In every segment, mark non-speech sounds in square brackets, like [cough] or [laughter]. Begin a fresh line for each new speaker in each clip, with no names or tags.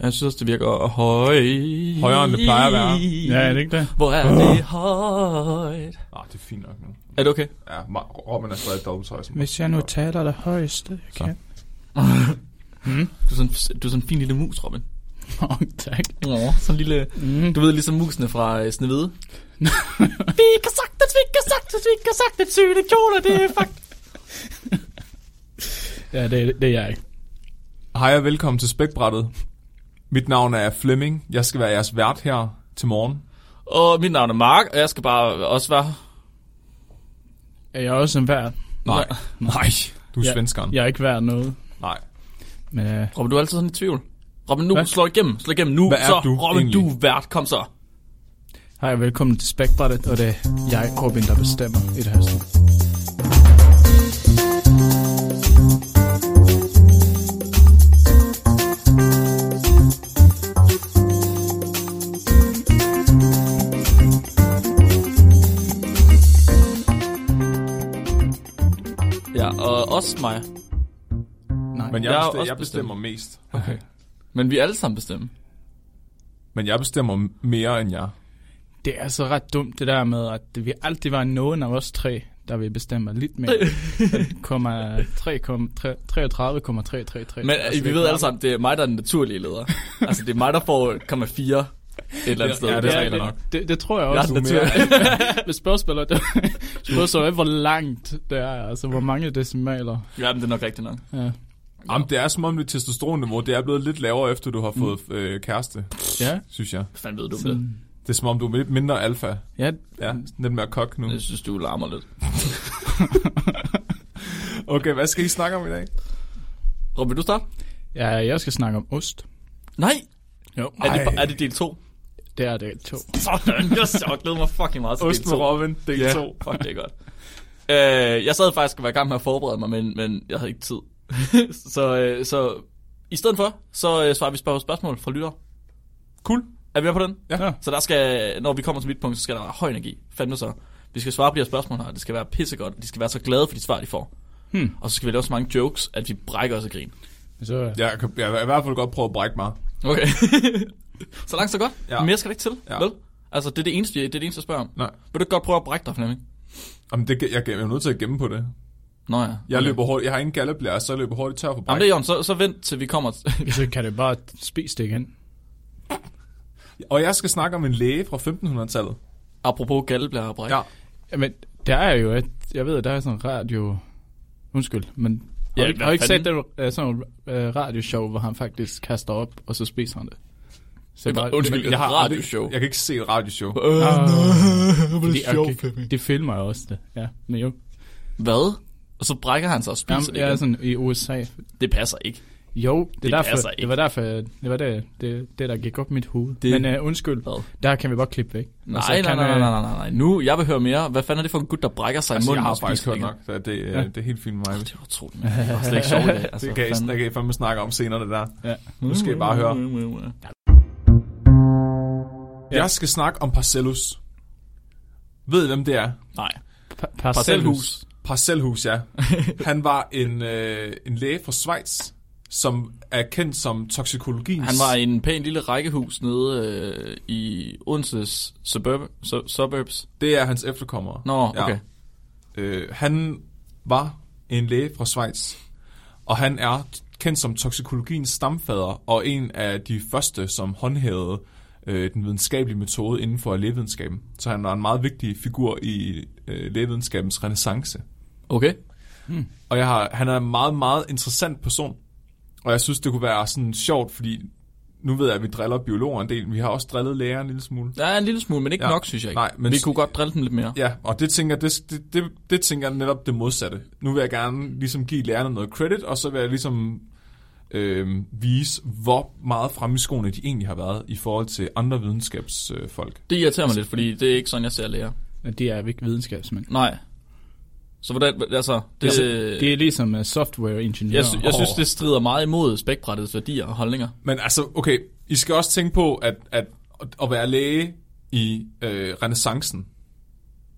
Jeg synes også, det virker høj.
Højere, end det plejer at være.
Ja.
Ja, er det ikke det?
Hvor er det højt?
Ah, det er fint nok nu.
Er det okay?
Ja, Ma- Robin er stadig dobbeltøj. som-
Hvis jeg nu taler det højeste, jeg
Så.
[laughs] kan.
Du er sådan, du er sådan en fin lille mus, Robin.
Nå, tak.
Åh, sådan en lille...
Mm.
Du ved, ligesom musene fra øh, Snevede.
Vi kan sagtens, vi kan sagtens, vi kan sagtens syge det kjoler, det er fakt.
[laughs] Ja, det, det er jeg ikke.
Hej og velkommen til Spækbrættet. Mit navn er Flemming. Jeg skal være jeres vært her til morgen.
Og mit navn er Mark, og jeg skal bare også være...
Er jeg også en værd?
Nej, nej. Du er
Ja.
svenskeren.
Jeg er ikke værd noget.
Nej.
Men øh,
Robin, du er altid sådan i tvivl. Robin, nu
Hvad?
slå igennem. Slå igennem nu.
Hvad er
så,
du
Robin,
egentlig?
du er vært. Kom så.
hej og velkommen til Spækbrættet, og det er jeg, Robin, der bestemmer i det her sted.
Ja, og også mig.
Nej,
Men
Men
jeg,
Jeg er
jeg, bestemmer,
også
jeg
bestemt.
bestemmer mest.
Okay. Men vi er alle sammen bestemme.
Men jeg bestemmer mere end jer.
det er altså ret dumt det der med, at vi altid var nogen af os tre, der vil bestemme
[laughs]
lidt mere. Komma tre kom- tre- 33,333.
Men
Altså,
altså,
det
vi
er
ved alle
klart.
sammen, det er mig, der er den naturlige
[laughs]
leder. altså, det er mig, der får 0,4 et eller andet sted.
ja,
det,
det er
er
rigtigt.
reglerne nok.
Det, det, det tror jeg
Jeg er
også.
den naturlige.
[laughs] Men spørgsmålet, det, spørgsmålet er, hvor langt det er, altså hvor mange decimaler.
ja, men det er nok rigtigt nok.
Ja,
Jamen, det er som om dit testosteronniveau, det er blevet lidt lavere, efter du har
Mm.
fået øh, kæreste,
ja,
synes jeg.
Hvad fanden ved du om det?
sådan,
Det er som om, du er lidt mindre alfa.
ja
Ja, sådan lidt mere kok nu.
Jeg synes, du larmer lidt.
Okay, hvad skal I snakke om i dag?
Robin, vil du starte?
Ja, jeg skal snakke om ost.
Nej!
Jo,
Er det,
Ej.
er det del 2?
det er det to.
Sådan, [laughs] jeg så jeg glæder mig fucking meget til
Ost
del
med
2.
Robin, del
Ja,
2.
fuck, det er godt. Øh, jeg sad faktisk og var i gang med at forberede mig, men, men jeg havde ikke tid. [laughs] så, øh, så i stedet for, så øh, svarer vi spørg- spørgsmål fra lytter.
Cool.
Er vi med på den?
Ja.
Ja.
Så der skal, når vi kommer til mit punkt, så skal der være høj energi. Fandme så. Vi skal svare på de her spørgsmål her, og det skal være pissegodt. og De skal være så glade for de svar, de får.
Hmm.
Og så skal vi lave så mange jokes, at vi brækker os af grin.
Så, ja.
Jeg kan, jeg vil i hvert fald godt prøve at brække mig.
Okay. [laughs] så langt, så godt.
Ja.
Ja. Mere skal det ikke til,
Ja.
ja. vel? Altså, det er det eneste, det er det eneste, jeg spørger om.
Nej.
Vil du ikke godt prøve at brække dig, Flemming?
Jamen, det, jeg, jeg er nødt til at gemme på det.
Nå ja.
Jeg løber hurtigt. Jeg har ingen galleblære, så jeg løber hurtigt tør for
Jamen, det er
bræk.
Jørgen, så, så vent til [laughs] vi kommer. T-
så kan det bare spise det igen.
Og jeg skal snakke om en læge fra 1500-tallet.
Apropos galleblære og bræk.
Ja.
Ja.
Jamen, der er jo et, jeg ved, der er sådan en radio, undskyld, men
Ja,
har, du-
hvad
har du ikke set
fanden?
det, øh, sådan en øh, radioshow, hvor han faktisk kaster op, og så spiser han det? Så
Det var- undskyld,
men-
jeg har-
aldrig-
Radioshow. Øh,
Jeg kan ikke se et radioshow.
fordi, okay, det filmer jeg også det, ja, men jo.
Hvad? Og så brækker han sig og spiser
Jamen,
det igen.
jeg er
altså-
sådan i USA.
Det passer ikke.
Jo, det,
Det
det, derfor,
passer ikke.
det var derfor, det var det, det, det der gik op i mit hoved.
Det-
Det, men øh, undskyld,
Hvad?
der kan vi bare klippe væk. Og
Altså,
så
Nej, nej,
kan,
nej, nej,
øh,
nej, nej, nej. Nu, jeg vil høre mere. Hvad fanden er det for en gut, der brækker sig i
Altså,
munden?
jeg har
og
faktisk
spiser
hørt
det
nok, så det, øh,
Ja.
det er helt fint med mig.
Det var utroligt, men det var slet ikke sjovt i dag.
[laughs]
Altså,
Det kan, I, det kan I fandme snakke om senere, det der.
Ja.
Nu skal I bare høre. Jeg skal snakke om Parcellus. Ved I, hvem det er?
Nej.
Pa- parcelhus.
Parcelhus.
Parcelhus,
[laughs]
ja. Han var en, øh, en læge fra Schweiz, som er kendt som toksikologiens...
Han var i en pæn lille rækkehus nede øh, i Odenses suburb, su- suburbs.
Det er hans efterkommere.
Nå, okay.
Øh, han var en læge fra Schweiz, og han er kendt som toksikologiens stamfader, og en af de første, som håndhævede øh, den videnskabelige metode inden for lægevidenskaben. Så han var en meget vigtig figur i øh, lægevidenskabens renaissance.
Okay.
Og jeg har, han er en meget, meget interessant person. Og jeg synes, det kunne være sådan sjovt, fordi nu ved jeg, at vi driller biologer en del, men vi har også drillet læger en lille smule.
Ja, en lille smule, men ikke
Ja.
ja. nok, synes jeg ikke.
Nej, men-
Vi kunne godt drille dem lidt mere.
Ja, og det tænker, det, det, det, det tænker jeg netop det modsatte. Nu vil jeg gerne ligesom give lærerne noget credit, og så vil jeg ligesom øh, vise, hvor meget fremme i skoene de egentlig har været i forhold til andre videnskabsfolk. Øh, folk.
Det irriterer mig lidt, fordi det er ikke sådan, jeg ser læger.
Og De er ikke videnskabsmænd.
Nej. Så hvordan, altså... Det,
Altså,
det,
Det er ligesom uh, softwareingeniører.
jeg, sy- jeg synes,
Åh.
det strider meget imod spækbrættets værdier og holdninger.
Men altså, okay, I skal også tænke på, at, at at være læge i øh, renaissancen,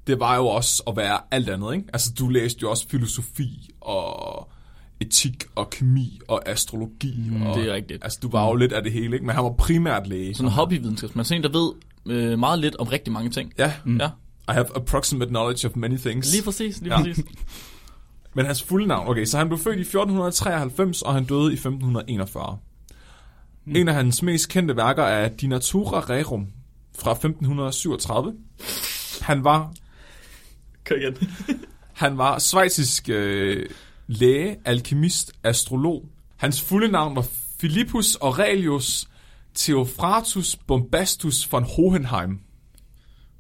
det var jo også at være alt andet, ikke? Altså, du læste jo også filosofi og etik og kemi og astrologi. Mm, og,
det er rigtigt. Mm.
Altså, du var jo lidt af det hele, ikke? Men han var primært læge.
Sådan en hobbyvidenskab. Man er sådan en, der ved øh, meget lidt om rigtig mange ting.
Ja,
Ja,
I have approximate knowledge of many things.
lige præcis, lige
Ja.
præcis.
Men hans fulde navn, okay, så han blev født i 1493, og han døde i 1541. Mm. En af hans mest kendte værker er De Natura Rerum fra 1537. Han var,
Kør igen.
han var svejsisk øh, læge, alkemist, astrolog. Hans fulde navn var Philippus Aurelius Theophratus Bombastus von Hohenheim.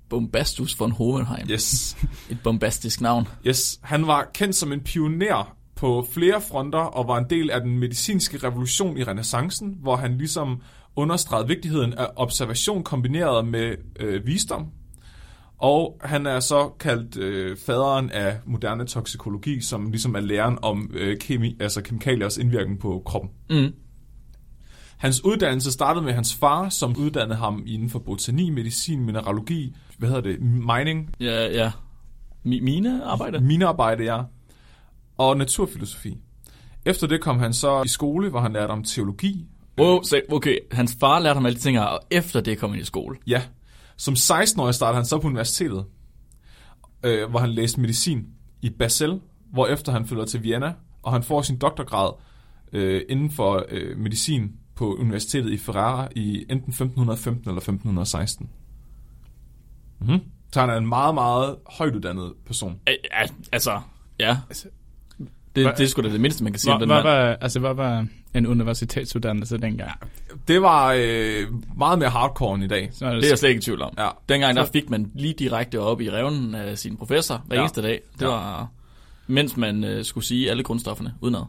Bombastus von Hohenheim.
Yes.
Et bombastisk navn.
Yes, han var kendt som en pioner på flere fronter og var en del af den medicinske revolution i renaissancen, hvor han ligesom understregede vigtigheden af observation kombineret med øh, visdom. Og han er så kaldt øh, faderen af moderne toksikologi, som ligesom er læren om øh, kemi, altså kemikaliers indvirkning på kroppen.
Mm.
Hans uddannelse startede med hans far, som uddannede ham inden for botani, medicin, mineralogi, hvad hedder det, mining,
Ja, ja. Mi- mine arbejde?
Mm. minearbejde, ja. Og naturfilosofi. Efter det kom han så i skole, hvor han lærte om teologi.
Wow, så, okay, hans far lærte ham alle de ting, her, og efter det kom han i skole.
Ja. Som 16-årig startede han så på universitetet, øh, hvor han læste medicin i Basel, hvor efter han flytter til Vienna, og han får sin doktorgrad øh, inden for øh, medicin på universitetet i Ferrara i enten 1515 eller 1516. Mm-hmm. Så han er en meget, meget højt uddannet person.
Al- al- Altså, ja.
Altså,
Det,
hvad-
det er sgu da det mindste, man kan sige om
Hvad,
den
hvad,
mand.
var, altså, hvad var en universitetsuddannelse dengang?
Det var øh, meget mere hardcore end i dag.
Så er det,
Det er jeg slet ikke i tvivl om.
Ja.
Dengang der fik man lige direkte op i revnen af sin professor hver
Ja.
ja. eneste dag. Det
Ja.
ja. var, mens man øh, skulle sige alle grundstofferne udenad.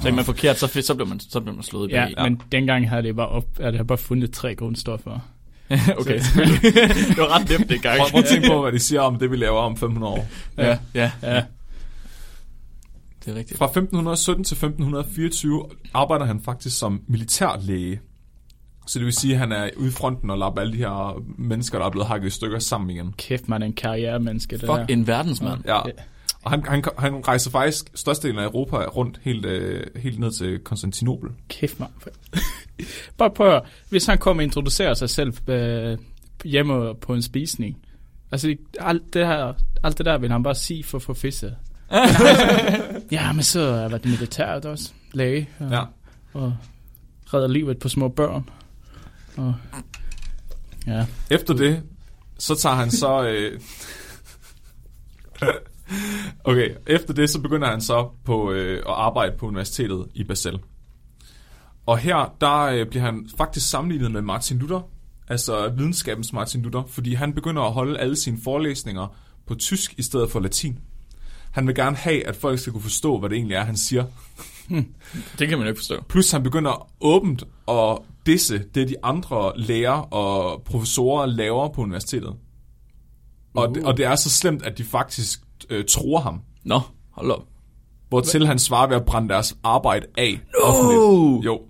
Så ikke man forkert, så, så, blev man, så blev man slået i
ja,
bagi.
ja, men dengang havde det bare, op, at jeg bare fundet tre grundstoffer.
[laughs] okay. det var ret nemt det gang.
Prøv, prøv at [laughs] tænke på, hvad de siger om det, vi laver om 500 år.
Ja, ja,
Ja,
det er rigtigt.
Fra 1517 til 1524 arbejder han faktisk som militærlæge. Så det vil sige, at han er ude i fronten og lapper alle de her mennesker, der er blevet hakket i stykker sammen igen.
kæft man er en karrieremenneske, det
Fuck
der.
en verdensmand.
Ja. Og han, han, han rejser faktisk størstedelen af Europa rundt helt, øh, helt ned til Konstantinopel.
Kæft man. [laughs] bare prøv at høre. hvis han kommer og introducerer sig selv øh, hjemme på en spisning. Altså, det- alt det, her, alt det der vil han bare sige for at få fisse. ja, men så har jeg været i militæret også. Læge. Og,
Ja.
og redder livet på små børn. Og, ja.
Efter det, så tager han så... Øh... okay, efter det, så begynder han så på øh, at arbejde på universitetet i Basel. Og her, der øh, bliver han faktisk sammenlignet med Martin Luther, altså videnskabens Martin Luther, fordi han begynder at holde alle sine forelæsninger på tysk i stedet for latin. Han vil gerne have, at folk skal kunne forstå, hvad det egentlig er, han siger.
Det kan man jo ikke forstå.
Plus han begynder åbent at disse det, de andre læger og professorer laver på universitetet. Og,
Uh.
det, og det er så slemt, at de faktisk øh, tror ham.
Nå, hold op.
Hvortil han svarer ved at brænde deres arbejde af no! offentligt. Jo,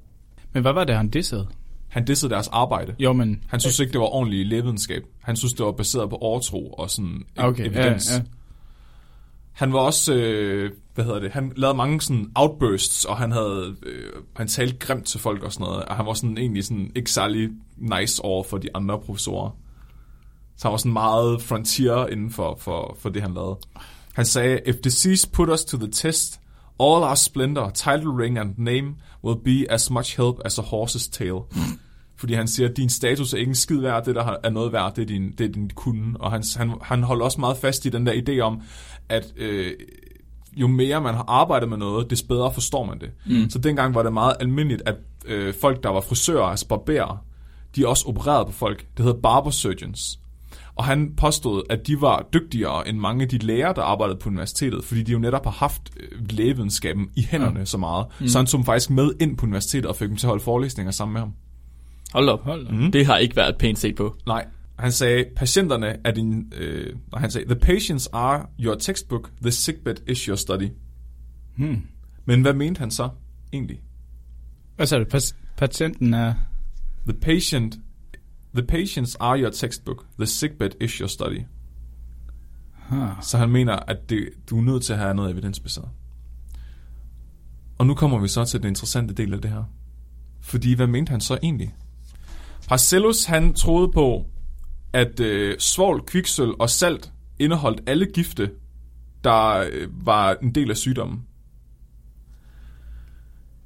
Men hvad var det, han dissede?
han dissede deres arbejde.
Jo, men...
Han synes ikke, det var ordentlig lægevidenskab. Han synes, det var baseret på overtro og sådan
Ah, Okay, ja,
evidens.
ja.
Han var også, øh, hvad hedder det, han lavede mange sådan outbursts, og han havde, øh, han talte grimt til folk og sådan noget, og han var sådan egentlig sådan ikke særlig nice over for de andre professorer. Så han var sådan meget frontier inden for, for, for det, han lavede. Han sagde, If disease put us to the test, all our splendor, title ring and name will be as much help as a horse's tail. Fordi han siger, at din status er ikke en skid værd, det der er noget værd, det er din, det er din kunde. Og han, han, han holder også meget fast i den der idé om, at øh, jo mere man har arbejdet med noget, des bedre forstår man det. Mm. Så dengang var det meget almindeligt, at øh, folk, der var frisører, altså barberer, de også opererede på folk. Det hedder barbersurgeons. Og han påstod, at de var dygtigere end mange af de læger, der arbejdede på universitetet, fordi de jo netop har haft øh, lægevidenskaben i hænderne ja. så meget. Mm. Så han tog dem faktisk med ind på universitetet og fik dem til at holde forelæsninger sammen med ham.
Hold op.
Hold da.
Mm. Det har ikke været pænt set på.
Nej. Han sagde, patienterne er din... Øh, nej, han sagde, the patients are your textbook, the sickbed is your study.
Hmm.
Men hvad mente han så egentlig?
Hvad sagde du? Pas- Patienten er...
The patient... The patients are your textbook, the sickbed is your study.
Huh.
Så han mener, at det, du er nødt til at have noget evidensbaseret. Og nu kommer vi så til den interessante del af det her. Fordi hvad mente han så egentlig? Parcellus han troede på, at øh, svovl, kviksøl og salt indeholdt alle gifte, der øh, var en del af sygdommen.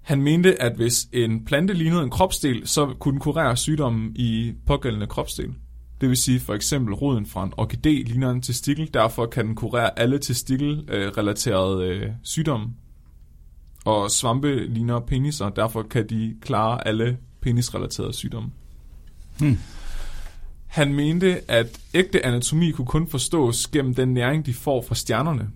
Han mente, at hvis en plante lignede en kropsdel, så kunne den kurere sygdommen i pågældende kropsdel. Det vil sige for eksempel roden fra en orkidé ligner en testikel, derfor kan den kurere alle testikelrelaterede øh, sygdomme. Og svampe ligner peniser, derfor kan de klare alle penisrelaterede sygdomme.
Hmm.
Han mente, at ægte anatomi kunne kun forstås gennem den næring, de får fra stjernerne.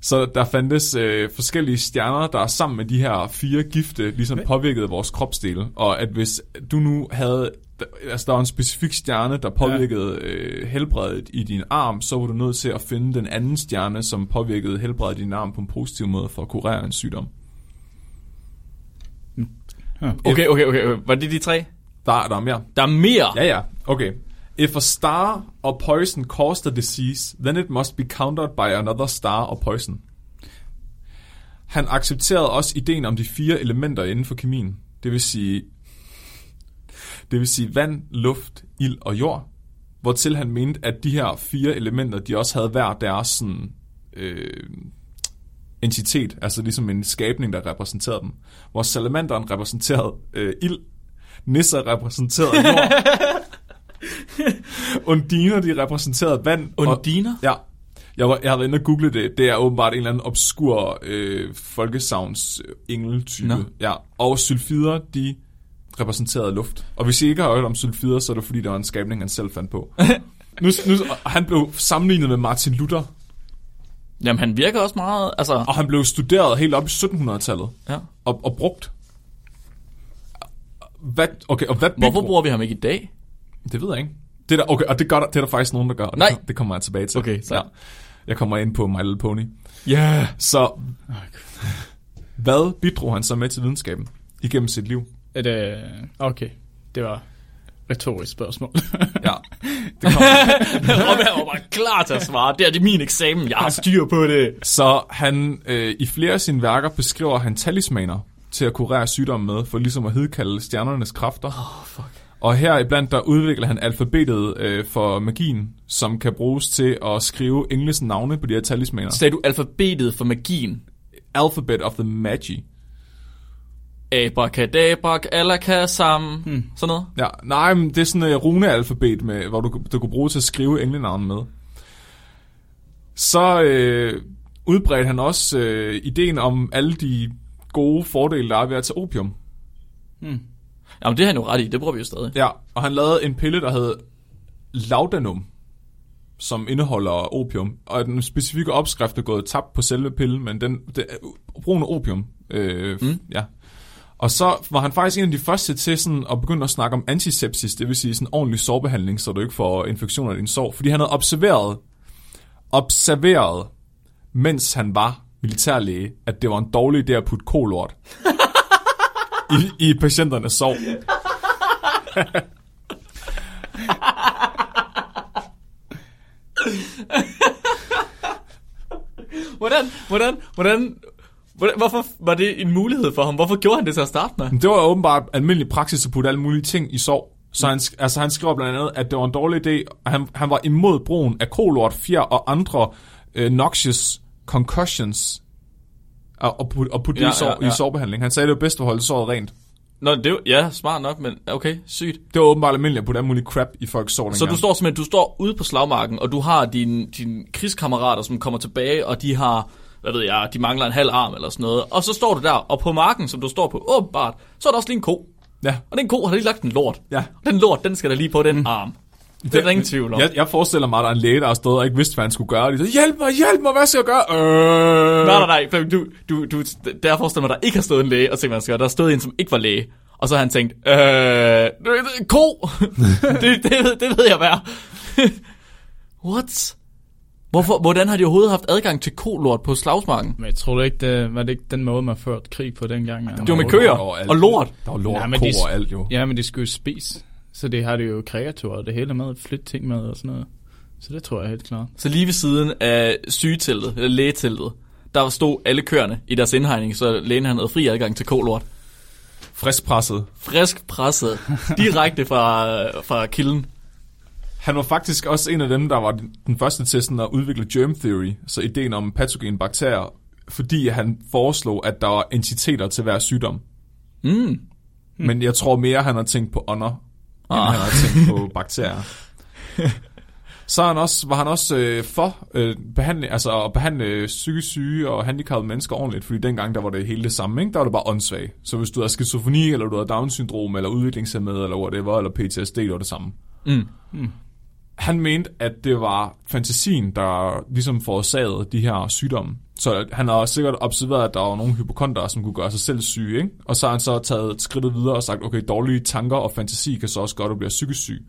Så der fandtes øh, forskellige stjerner, der sammen med de her fire gifte ligesom påvirkede vores kropsdele. Og at hvis du nu havde... d- Altså, der var en specifik stjerne, der påvirkede øh, helbredet i din arm, så var du nødt til at finde den anden stjerne, som påvirkede helbredet i din arm på en positiv måde for at kurere en sygdom.
Okay, okay, okay. okay. Var det de tre?
Der er der er mere.
Der er mere.
Ja, ja. Okay. If a star or poison caused the disease, then it must be countered by another star or poison. Han accepterede også ideen om de fire elementer inden for kemien. Det vil sige, det vil sige vand, luft, ild og jord. Hvortil han mente, at de her fire elementer, de også havde hver deres sådan, øh, entitet, altså ligesom en skabning, der repræsenterede dem. Hvor salamanderen repræsenterede øh, ild, nisser repræsenterede jord, Undiner, de repræsenterede vand.
Undiner?
Og, ja. Jeg, var, jeg har været inde og google det. Det er åbenbart en eller anden obskur øh, folkesavns øh, engeltype.
Nå.
Ja. Og sylfider, de repræsenterede luft. Og hvis I ikke har hørt om sylfider, så er det fordi, der var en skabning, han selv fandt på. nu, nu, og han blev sammenlignet med Martin Luther,
Jamen, han virker også meget, altså...
og han blev studeret helt op i 1700-tallet
Ja.
og, og brugt. Hvad, okay, og hvad
Hvorfor bruger vi ham ikke i dag?
Det ved jeg ikke. Det er der, okay, og det, gør der, det er der faktisk nogen, der gør. og
Nej.
Det, det kommer jeg tilbage til.
Okay, sejt.
Jeg kommer ind på My Little Pony.
Ja. Yeah.
Så hvad bidrog han så med til videnskaben igennem sit
[laughs]
liv?
Er det, okay, det var retorisk spørgsmål.
Ja, det kommer.
Robert var bare klar til at svare. Det er det min eksamen. Jeg har styr på det.
så han øh, i flere af sine værker beskriver han talismaner til at kurere sygdomme med, for ligesom at hedkalde stjernernes kræfter. Oh, fuck. Og her iblandt der udvikler han alfabetet øh, for magien, som kan bruges til at skrive engles navne på de her talismaner.
Sagde du alfabetet for magien?
Alphabet of the Magi.
Abracadabrak, alakasam, hmm. sådan noget.
Ja, nej, men det er sådan et runealfabet, med, hvor du, du kunne bruge til at skrive englenavnen med. Så øh, udbredte han også øh, ideen om alle de gode fordele, der er ved at tage opium.
Jamen, det har han jo ret i. Det bruger vi jo stadig.
Ja, og han lavede en pille, der hed laudanum, som indeholder opium. Og den specifikke opskrift er gået tabt på selve pillen, men den, det, er- brugen af opium, øh, mm. ja. Og så var han faktisk en af de første til sådan at begynde at snakke om antisepsis, det vil sige sådan ordentlig sårbehandling, så du ikke får infektioner i din sår. Fordi han havde observeret, observeret, mens han var militærlæge, at det var en dårlig idé at putte kolort i, i patienternes sår.
Hvordan, hvordan, hvordan, hvordan, hvorfor var det en mulighed for ham? Hvorfor gjorde han det til at starte med?
Men Det var åbenbart almindelig praksis at putte alle mulige ting i sov. Så han, sk- altså han skriver blandt andet, at det var en dårlig idé, og han, han var imod brugen af kolort, fjer og andre øh, noxious concussions og, og putte, og putte ja,
Ja,
det i, sår,
ja,
ja,
ja.
i sårbehandling. Han sagde, det var bedst at holde såret rent.
Nå, det er jo, ja, smart nok, men okay, sygt.
Det var åbenbart almindeligt at putte alle mulige crap i folks sår
Så
dengang.
du står simpelthen, du står ude på slagmarken, og du har dine din krigskammerater, som kommer tilbage, og de har, hvad ved jeg, de mangler en halv arm eller sådan noget. Og så står du der, og på marken, som du står på, åbenbart, så er der også lige en ko.
Ja,
Og den ko har lige lagt en lort.
Ja.
Den lort, den skal der lige på den arm. Det er der ingen tvivl om.
jeg, jeg forestiller mig, at der er en læge, der er stået og ikke vidste, hvad han skulle gøre. Og de så, hjælp mig, hjælp mig, hvad skal jeg gøre? Øh.
Nej, nej, nej. Du, du, du, der forestiller mig, der ikke har stået en læge og tænkt, hvad han skal gøre. Der stod en, som ikke var læge. Og så har han tænkt, øh, øh, øh, ko! [laughs] det, det, ved, det ved jeg hvad er. [laughs] What? Hvorfor, hvordan har de overhovedet haft adgang til kolort på slagsmarken?
men jeg tror ikke, det var det ikke den måde, man førte krig på dengang.
Det var med
Overalt.
køer
Overalt.
og lort.
Der var lort
Nej,
og
men
ko
de-
og alt jo.
Ja, men det skulle jo spise. Så det har det jo kreatorer og det hele med, flytte ting med og sådan noget. Så det tror jeg helt klart.
Så lige ved siden af sygeteltet, eller lægeteltet, der stod alle køerne i deres indhegning, så lægen han havde fri adgang til kolort.
Friskpresset.
Frisk presset, direkte fra, fra kilden.
Han var faktisk også en af dem, der var den- den første til sådan at udvikle germ theory, så ideen om patogene bakterier, fordi han foreslog, at der var entiteter til hver sygdom. Hmm.
Mm.
Men jeg tror mere, han har tænkt på ånder, end
Ah.
han har tænkt på bakterier. Så er han også, var han også øh, for øh, behandle, altså at behandle øh, psykisk syge og handicappede mennesker ordentligt, fordi dengang der var det hele det samme, ikke? der var det bare åndssvagt. Så hvis du havde skizofreni, eller du havde Down-syndrom, eller udviklingshemmede, eller whatever, eller PTSD, det var det samme.
Mm.
Han mente, at det var fantasien, der ligesom forårsagede de her sygdomme. Så han har sikkert observeret, at der var nogle hypokonter, som kunne gøre sig selv syge. Ikke? Og så har han så taget skridtet videre og sagt, okay, dårlige tanker og fantasi kan så også gøre, at du bliver psykisk syg.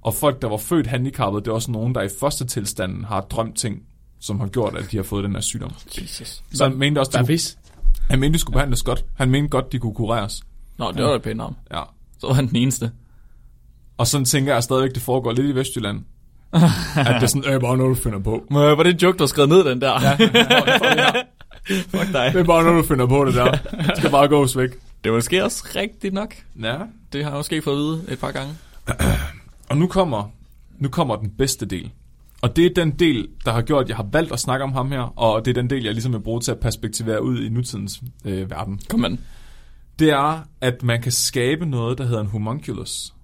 Og folk, der var født handicappede, det er også nogen, der i første tilstanden har drømt ting, som har gjort, at de har fået den her sygdom.
Jesus.
Så han mente også,
Der
de
er
kunne,
vis.
han mente, de skulle behandles godt. Han mente godt, de kunne kureres.
Nå, det var da pænt om.
Ja.
Så var han den eneste.
Og sådan tænker jeg stadigvæk, det foregår lidt i Vestjylland. at det er sådan, øh, bare noget, du finder på.
Men, øh, var det en joke, der skrev ned den der? Ja. [laughs] Fuck
Det
dig.
er bare noget, du finder på det der. Det skal bare gås væk.
Det var måske også rigtigt nok.
Ja.
Det har jeg måske fået at vide et par gange.
Og nu kommer, nu kommer den bedste del. Og det er den del, der har gjort, at jeg har valgt at snakke om ham her, og det er den del, jeg ligesom vil bruge til at perspektivere ud i nutidens øh, verden.
Kom man.
Det er, at man kan skabe noget, der hedder en homunculus.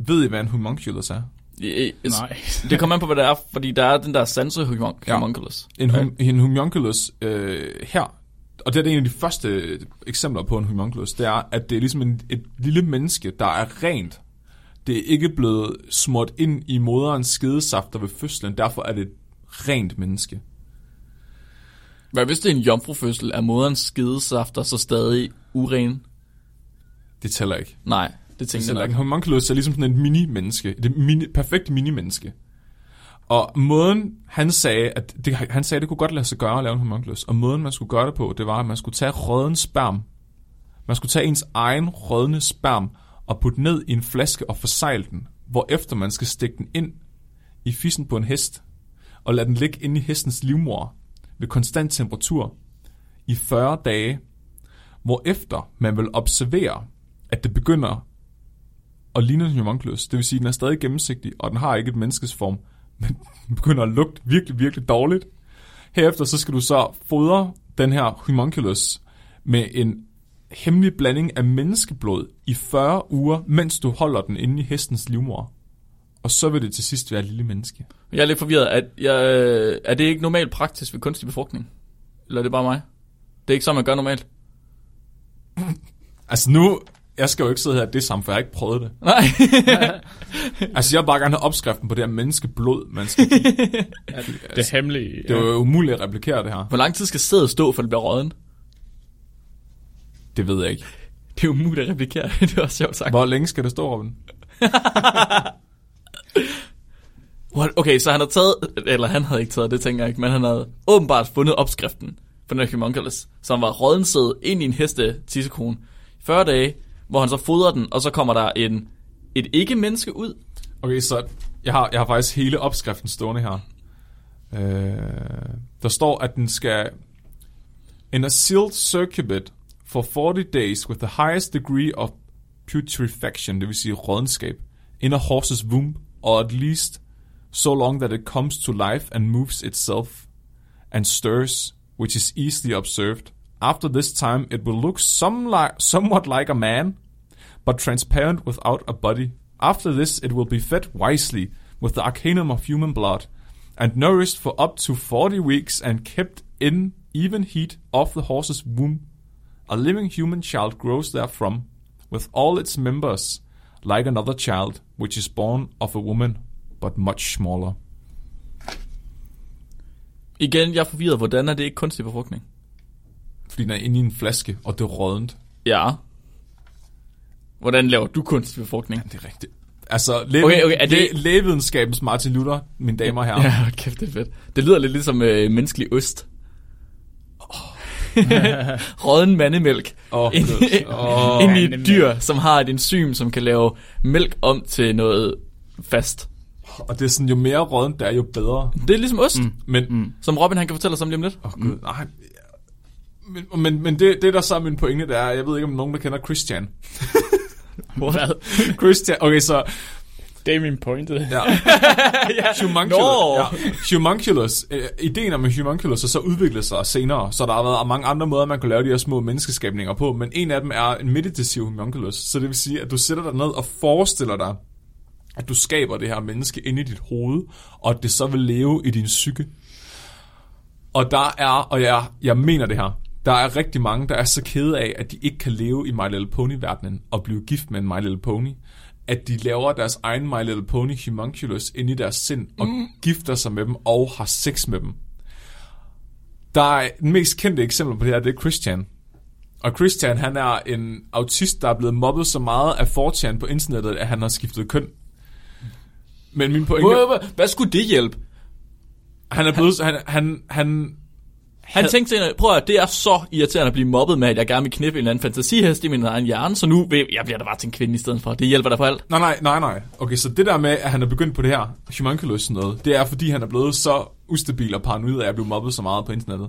Ved I, hvad en homunculus er? [laughs]
Nej.
Det kommer an på, hvad det er, fordi der er den der sanse homunculus.
En, hum, en homunculus øh, her, og det er det en af de første øh, eksempler på en homunculus, det er, at det er ligesom en, et lille menneske, der er rent. Det er ikke blevet smurt ind i moderens skedesafter ved fødslen, derfor er det et rent menneske.
Hvad hvis det er en jomfrufødsel? Er moderens skidesafter så stadig uren?
Det tæller ikke.
Nej, det tænker
Sådan
jeg
en
ikke.
homunculus er ligesom sådan en mini-menneske. Det mini, perfekt mini-menneske. Og måden, han sagde, at det, han sagde, det kunne godt lade sig gøre at lave en homunculus. Og måden, man skulle gøre det på, det var, at man skulle tage rødden sperm. Man skulle tage ens egen rødne sperm og putte ned i en flaske og forsegle den, hvorefter man skal stikke den ind i fissen på en hest og lade den ligge inde i hestens livmor ved konstant temperatur i 40 dage, hvorefter man vil observere, at det begynder og ligner en homunculus. Det vil sige, at den er stadig gennemsigtig, og den har ikke et menneskes form, [laughs] men den begynder at lugte virkelig, virkelig dårligt. Herefter så skal du så fodre den her homunculus med en hemmelig blanding af menneskeblod i 40 uger, mens du holder den inde i hestens livmor. Og så vil det til sidst være et lille menneske.
Jeg er lidt forvirret. At jeg, øh, er det ikke normal praksis ved kunstig befrugtning? Eller er det bare mig? Det er ikke sådan, man gør normalt.
Altså nu, jeg skal jo ikke sidde her, at det er samme, for jeg har ikke prøvet det.
Nej.
Altså jeg vil bare gerne have opskriften på det her menneskeblod, man skal give.
Det er hemmeligt.
Det er jo umuligt at replikere det her.
Hvor lang tid skal sædet stå, for det bliver råden?
Det ved jeg ikke.
Det er umuligt at replikere. [laughs] det var sjovt sagt.
Hvor længe skal det stå, Robin?
What? Okay, så han havde taget, eller han havde ikke taget det, tænker jeg ikke, men han havde åbenbart fundet opskriften på den her homunculus, som var rådensæd ind i en heste tissekone i 40 dage, hvor han så fodrer den, og så kommer der en, et ikke-menneske ud.
Okay, så jeg har, jeg har faktisk hele opskriften stående her. Øh, der står, at den skal... In a sealed circuit for 40 days with the highest degree of putrefaction, det vil sige rådenskab, in a horse's womb, or at least so long that it comes to life and moves itself and stirs, which is easily observed. After this time, it will look some li- somewhat like a man, but transparent without a body. After this, it will be fed wisely with the arcanum of human blood, and nourished for up to 40 weeks and kept in even heat of the horse's womb. A living human child grows therefrom, with all its members, like another child, which is born of a woman, but much smaller.
Igen, jeg er forvirret, hvordan er det ikke kunstig befrugtning?
Fordi den er inde i en flaske, og det er rådent.
Ja. Hvordan laver du kunstig befrugtning?
Det er rigtigt. Altså, læge,
Okay, okay, er
læ-
det-
lægevidenskabens Martin Luther, mine damer og herrer.
Ja, [laughs] hold kæft, det er fedt. Det lyder lidt ligesom øh,
[laughs]
menneskelig ost. Oh. Råden mandemælk.
Åh,
ind,
gud. Åh.
[laughs] ind i et
Mandemælk.
dyr, som har et enzym, som kan lave mælk om til noget fast.
Og det er sådan, jo mere rådent der er, jo bedre.
Det er ligesom ost, mm.
Men, mm.
som Robin han kan fortælle os om lige om lidt.
oh, gud, nej. Men, men, men det, det, der så er min pointe, det er, jeg ved ikke, om nogen, der kender Christian. [clears throat]
[laughs]
Hvad?
Christian, okay, så
Det er min pointe.
Ja. Humunculus.
Nå.
[laughs] Ja. Humunculus. Øh, ideen om en humunculus har så udviklet sig senere, så der har været mange andre måder, man kunne lave de her små menneskeskabninger på, men en af dem er en meditativ humunculus. Så det vil sige, at du sætter dig ned og forestiller dig, at du skaber det her menneske inde i dit hoved, og at det så vil leve i din psyke. Og der er, og jeg, jeg mener det her, der er rigtig mange, der er så kede af, at de ikke kan leve i My Little Pony-verdenen og blive gift med en My Little Pony, at de laver deres egen My Little Pony homunculus ind i deres sind og mm. gifter sig med dem og har sex med dem. Der er den mest kendte eksempel på det her, det er Christian. Og Christian, han er en autist, der er blevet mobbet så meget af 4 på internettet, at han har skiftet køn. Men min pointe...
Hvor- hvor- Hvad skulle det hjælpe?
Han er blevet... Han, han, han,
Han tænkte senere, prøv at høre, det er så irriterende at blive mobbet med, at jeg gerne vil knippe en eller anden fantasihest i min egen hjerne, så nu vil, jeg bliver da bare til en kvinde i stedet for. Det hjælper da på alt.
Nej, nej, nej, nej. Okay, så det der med, at han er begyndt på det her humunculus noget, det er, fordi han er blevet så ustabil og paranoid, af at blive mobbet så meget på internettet.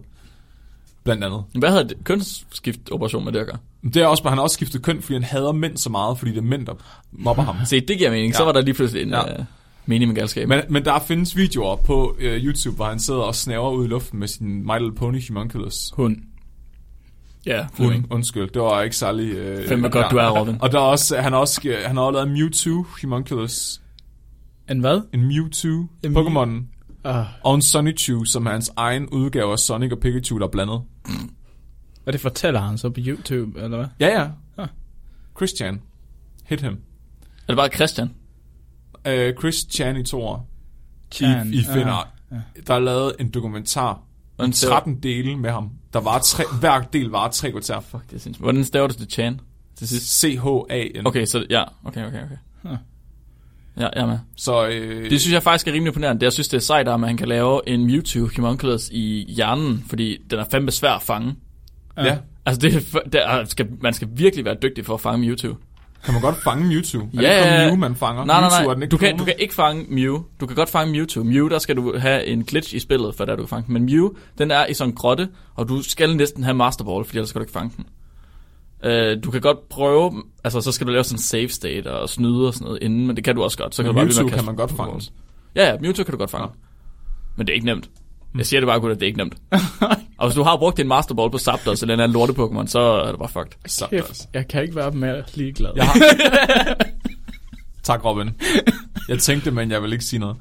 Blandt andet.
Hvad havde det? kønsskiftoperation med det at gøre?
Det er også, at han har også skiftet køn, fordi han hader mænd så meget, fordi det er mænd, der mobber
[laughs]
ham.
Se, det giver mening. Ja. Så var der lige pludselig en ja.
Ja.
øh, mening med galskab. Men,
Men, men der findes videoer på øh, YouTube, hvor han sidder og snaver ud i luften med sin My Little Pony Humunculus.
Hun. Ja,
Und,
fluing.
undskyld, det var ikke særlig... Øh,
Fem er godt,
ja.
du er, Robin.
Og der er også, han har også, øh, han har også lavet Mewtwo Humunculus.
En hvad?
En Mewtwo, Pokémon.
Ah,
Og en Sonichu, som er hans egen udgave af Sonic og Pikachu, der er blandet.
og det fortæller han så på YouTube, eller hvad?
Ja, ja.
Huh.
Christian. Hit him.
Er det bare Christian?
Uh, Christian i to år.
Chan,
I, I finder.
ah,
Der er lavet en dokumentar.
Og en
En
serie.
13 dele med ham. Der var tre, hver del var tre kvarter.
Det er sindssygt. Hvordan staver du til Chan? Til sidst.
C-H-A-N.
Okay, så ja. Okay, okay, okay.
Huh.
Ja, jeg er med.
Så øh,
Det synes jeg faktisk er rimelig imponerende. Det, jeg synes, det er sejt, at man kan lave en Mewtwo Humunculus i hjernen, fordi den er fandme svær at fange.
ja,
Altså, det, er f- der er- skal, man skal virkelig være dygtig for at fange Mewtwo.
kan man godt fange Mewtwo. Er
Ja,
det ikke
ja,
kun
ja.
Mew, man fanger?
Nej,
Mewtwo,
nej,
Er
nej.
den ikke
Du kan, du
klonet?
kan ikke fange Mew. Du kan godt fange Mewtwo. Mew, der skal du have en glitch i spillet, for der du kan fange den. Men Mew, den er i sådan en grotte, og du skal næsten have Master Ball, for ellers kan du ikke fange den. Uh, du kan godt prøve, altså så skal du lave sådan en save state og snyde og sådan noget inden, men det kan du også godt. Så kan
Men
du bare blive
Mewtwo
ved med at
kan
kaste
man godt fange.
Pokéballs. Ja, ja, Mewtwo kan du godt fange. Ja. Men det er ikke nemt.
Mm.
Jeg siger det bare, godt, at det er ikke
[laughs]
nemt. og hvis du har brugt din Master Ball på Zapdos eller en anden lorte Pokémon, så er det bare fucked.
Så, altså.
Kæft, jeg kan ikke være mere ligeglad.
Jeg har... tak, Robin. Jeg tænkte, men jeg vil ikke sige noget.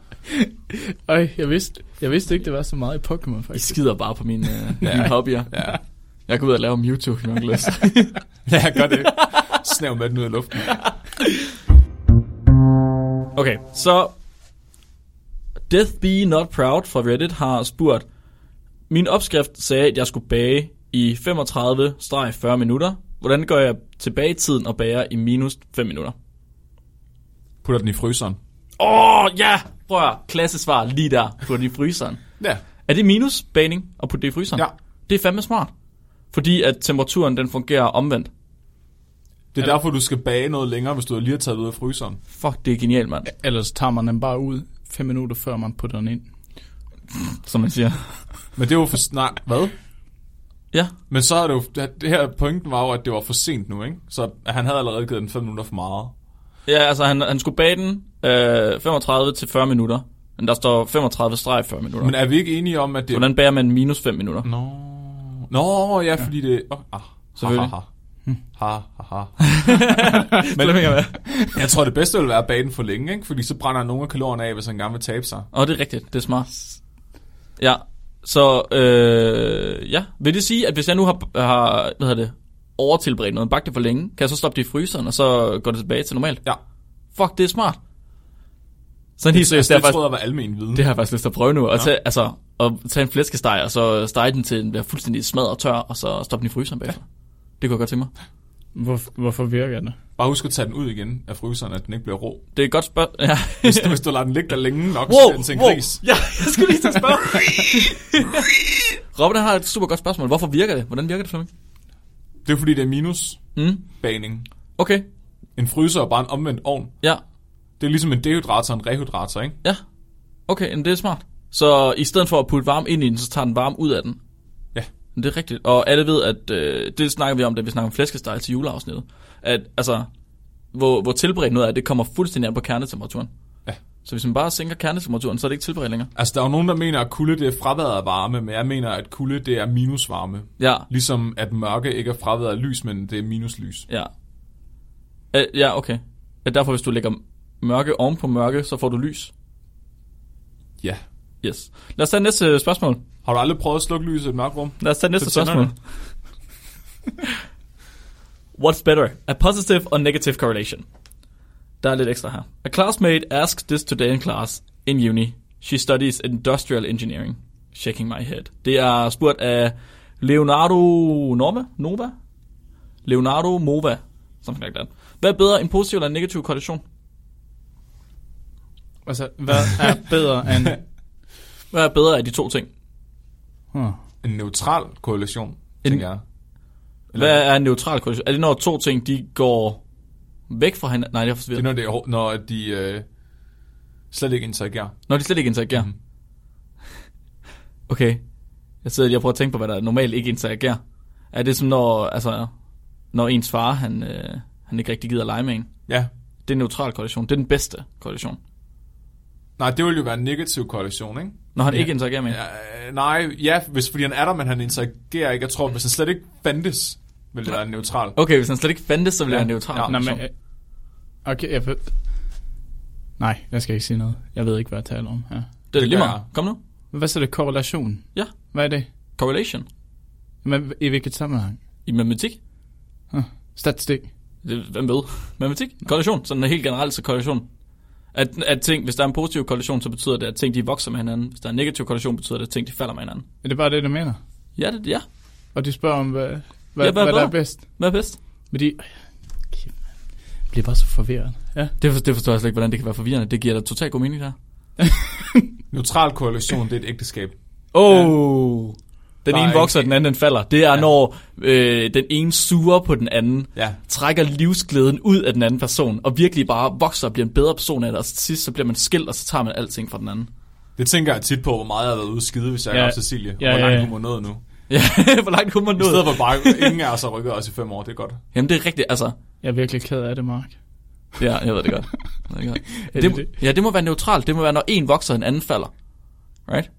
Øj, jeg vidste, jeg vidste ikke, det var så meget i Pokémon,
I
faktisk.
skider bare på mine, øh, mine hobbyer. [laughs]
Ja,
Jeg går ud og laver Mewtwo, hvis man har lyst.
ja gør det. Snæv med den ud af luften.
Okay, så Death Be Not Proud fra Reddit har spurgt, min opskrift sagde, at jeg skulle bage i 35-40 minutter. Hvordan går jeg tilbage i tiden og bager i minus 5 minutter?
Putter den i fryseren.
Åh, oh, ja! Prøv at høre. klassesvar lige der på den i fryseren.
Ja.
Er det minus bagning at putte det i fryseren?
Ja.
Det er fandme smart. Fordi at temperaturen den fungerer omvendt.
Det er derfor, du skal bage noget længere, hvis du lige har taget det ud af fryseren.
Fuck, det er genialt, mand.
Ellers tager man den bare ud fem minutter, før man putter den ind.
Som man siger.
Men det var for snart... [laughs] Hvad?
Ja.
Men så er det jo... Det her pointen var jo, at det var for sent nu, ikke? Så han havde allerede givet den 5 minutter for meget.
Ja, altså han, han skulle bage den øh, 35 til 40 minutter. Men der står 35-40 minutter.
Men
Men,
er vi ikke enige om, at det...
Hvordan bager man minus 5 minutter?
Nå... Nå, ja, fordi det... Oh, ah,
Selvfølgelig. Hmm.
Ha, ha, ha. ha, ha. [laughs] Men jeg tror, det bedste ville være at bage den for længe, ikke? Fordi så brænder han nogle af kalorierne af, hvis han gerne vil tabe sig.
Åh, det er rigtigt. Det er smart. Ja. Så, øh, ja. Vil det sige, at hvis jeg nu har, har hvad hedder det, overtilberedt noget, bagt det for længe, kan jeg så stoppe det i fryseren, og så går det tilbage til normalt?
Ja.
Fuck, det er smart. Sådan helt
Så jeg,
seriøst,
Altså,
det,
det
er faktisk,
troede jeg var almen viden.
det har jeg faktisk lyst til at prøve nu. Og tage, altså, at tage en flæskesteg, og så stege den til den bliver fuldstændig smadret og tør, og så stoppe den i fryseren bagefter. Det kunne jeg godt tænke mig.
Hvor, hvorfor virker det?
Bare husk at tage den ud igen af fryseren, at den ikke bliver rå.
Det er et godt spørgsmål. Ja.
[laughs] Hvis du, hvis du lader den ligge der længe nok, så
Wow,
bliver den til en
wow.
gris.
Ja, jeg skulle lige til at spørge. [laughs] Robin han har et super godt spørgsmål. Hvorfor virker det? Hvordan virker det, Flemming?
Det er fordi, det er minus
Mm.
bagning.
Okay,
En fryser er bare en omvendt ovn.
ja.
Det er ligesom en dehydrator og en rehydrator, ikke?
Ja. Okay, men det er smart. Så i stedet for at putte varme ind i den, så tager den varme ud af den.
Ja.
Men det er rigtigt. Og alle ved, at øh, det snakker vi om, da vi snakker om flæskesteg til juleafsnittet. At altså, hvor, hvor tilberedt noget er, det kommer fuldstændig an på kernetemperaturen.
Ja.
Så hvis man bare sænker kernetemperaturen, så er det ikke tilberedt længere.
Altså, der er jo nogen, der mener, at kulde det er fraværet af varme, men jeg mener, at kulde det er minusvarme.
Ja,
Ligesom at mørke ikke er fraværet af lys, men det er minuslys.
ja. Øh, ja, okay. Ja, derfor hvis du lægger mørke oven på mørke, så får du lys.
Ja.
Yes. Lad os tage næste øh, spørgsmål.
Har du aldrig prøvet at slukke lyset i et mørkt rum?
Lad os tage
Så
næste
tænder
spørgsmål. [laughs] What's better, a positive or negative correlation? Der er lidt ekstra her. A classmate asked this today in class in uni. She studies industrial engineering. Shaking my head. Det er spurgt af Leonardo Nova? Nova? Leonardo Mova. Something like that. Hvad er bedre, en positiv eller en negativ korrelation?
Altså, hvad er bedre end...
[laughs] Hvad er bedre af de to ting?
[laughs] Huh.
En neutral korrelation, tænker jeg.
Hvad er en neutral korrelation? Er det når to ting, de går væk fra hinanden? Nej, det er for
Det
svært.
er, når, det er, når de øh, slet ikke interagerer.
Når de slet ikke interagerer.
Mhm.
[laughs] Okay. Jeg sidder lige og prøver at tænke på, hvad der normalt ikke interagerer. Er det som når, altså, når ens far, han, øh, han ikke rigtig gider at lege med en?
Ja.
Det er en neutral korrelation. Det er den bedste korrelation.
Nej, det ville jo være en negativ korrelation, ikke?
Når han ja. ikke interagerer med en. Ja.
Ja, øh, nej, ja, hvis, fordi han er der, men han interagerer ikke. Jeg tror, hvis han slet ikke fandtes, ville det være en neutral.
Okay, hvis han slet ikke fandtes, så ville
Ja.
ja. han neutral.
Ja.
Ja.
Nå, men, øh, okay, jeg... ved- Nej, jeg skal ikke sige noget. Jeg ved ikke, hvad jeg taler om her.
det er det lige
gør
meget.
jeg.
Kom nu.
Hvad så er det korrelation?
Ja.
Hvad er det?
Correlation.
Men I hvilket sammenhæng?
I matematik.
Statistik.
Det, hvem ved? Matematik. Korrelation. Sådan helt generelt, så korrelation. At, at ting, hvis der er en positiv korrelation, så betyder det, at ting de vokser med hinanden. Hvis der er en negativ korrelation, betyder det, at ting de falder med hinanden.
Er det bare det, du mener?
Ja, det, ja.
Og de spørger om, hvad, hvad,
Ja,
ja,
hvad
hvad, hvad der
bedre?
er bedst.
Hvad er bedst?
Men de... Kæft, mand. Jeg bliver bare så forvirret. Ja.
Det, for, det forstår jeg slet ikke, hvordan det kan være forvirrende. Det giver da totalt god mening, der.
Neutral korrelation, det er et ægteskab.
Oh. Den
Der er
ene
ikke-
vokser, og den anden den falder. Det er, ja. når øh, den ene suger på den anden,
Ja.
trækker livsglæden ud af den anden person, og virkelig bare vokser og bliver en bedre person af det, og til sidst så bliver man skilt, og så tager man alting fra den anden.
Det tænker jeg tit på, hvor meget jeg har været ude at skide, hvis jeg
Ja.
ja. er Cecilie. Ja,
Ja,
hvor
ja,
langt
ja.
hun må nået nu.
Ja, [laughs] hvor langt kunne man
I stedet
nå?
for bare, ingen af os har rykket os i fem år, det er godt.
Jamen det er rigtigt, altså.
Jeg er virkelig ked af det, Mark.
Ja, jeg ved det godt. Jeg ved det
[laughs]
godt.
Er
Det,
det
må-
det?
ja, det må være neutralt. Det må være, når en vokser, og den anden falder. Right?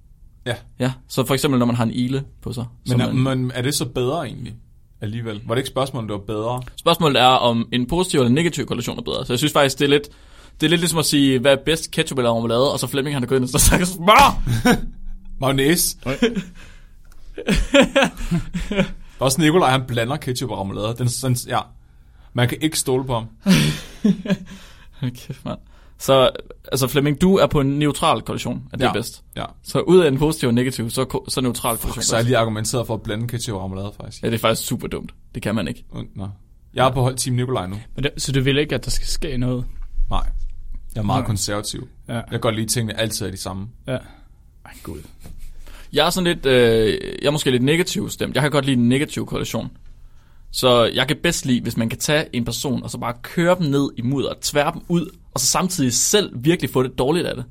Ja.
Ja, så for eksempel, når man har en ile på sig. så
Men, øh, er,
man-
men er det så bedre egentlig? Alligevel. Var det ikke spørgsmålet, det var bedre?
Spørgsmålet er, om en positiv eller negativ korrelation er bedre. Så jeg synes faktisk, det er lidt, det er lidt ligesom at sige, hvad er bedst, ketchup eller remoulade, og så Flemming han er gået ind og så sagt, smør!
Mayonnaise. Der er [laughs] også Nikolaj, han blander ketchup og remoulade. Den, sådan, ja. Man kan ikke stole på ham.
Hold Kæft, mand. Så altså Flemming, du er på en neutral korrelation, at det
ja.
er bedst.
Ja.
Så ud af en positiv og negativ, så, ko- så neutral korrelation.
Så
er
har jeg
bedst.
lige argumenteret for at blande ketchup og remoulade, faktisk.
Ja, det er faktisk super dumt. Det kan man ikke.
Und- Nå. Jeg er på hold Team Nikolaj nu.
Men det, så du vil ikke, at der skal ske noget?
Nej. Jeg er meget
Nej.
konservativ.
Ja.
Jeg kan godt lide, at tingene altid er de samme.
Ja. Ej, gud.
Jeg er sådan lidt, øh, jeg er måske lidt negativ stemt. Jeg kan godt lide en negativ korrelation. Så jeg kan bedst lide, hvis man kan tage en person, og så bare køre dem ned i mudder, tvære dem ud, og så samtidig selv virkelig få det dårligt af det.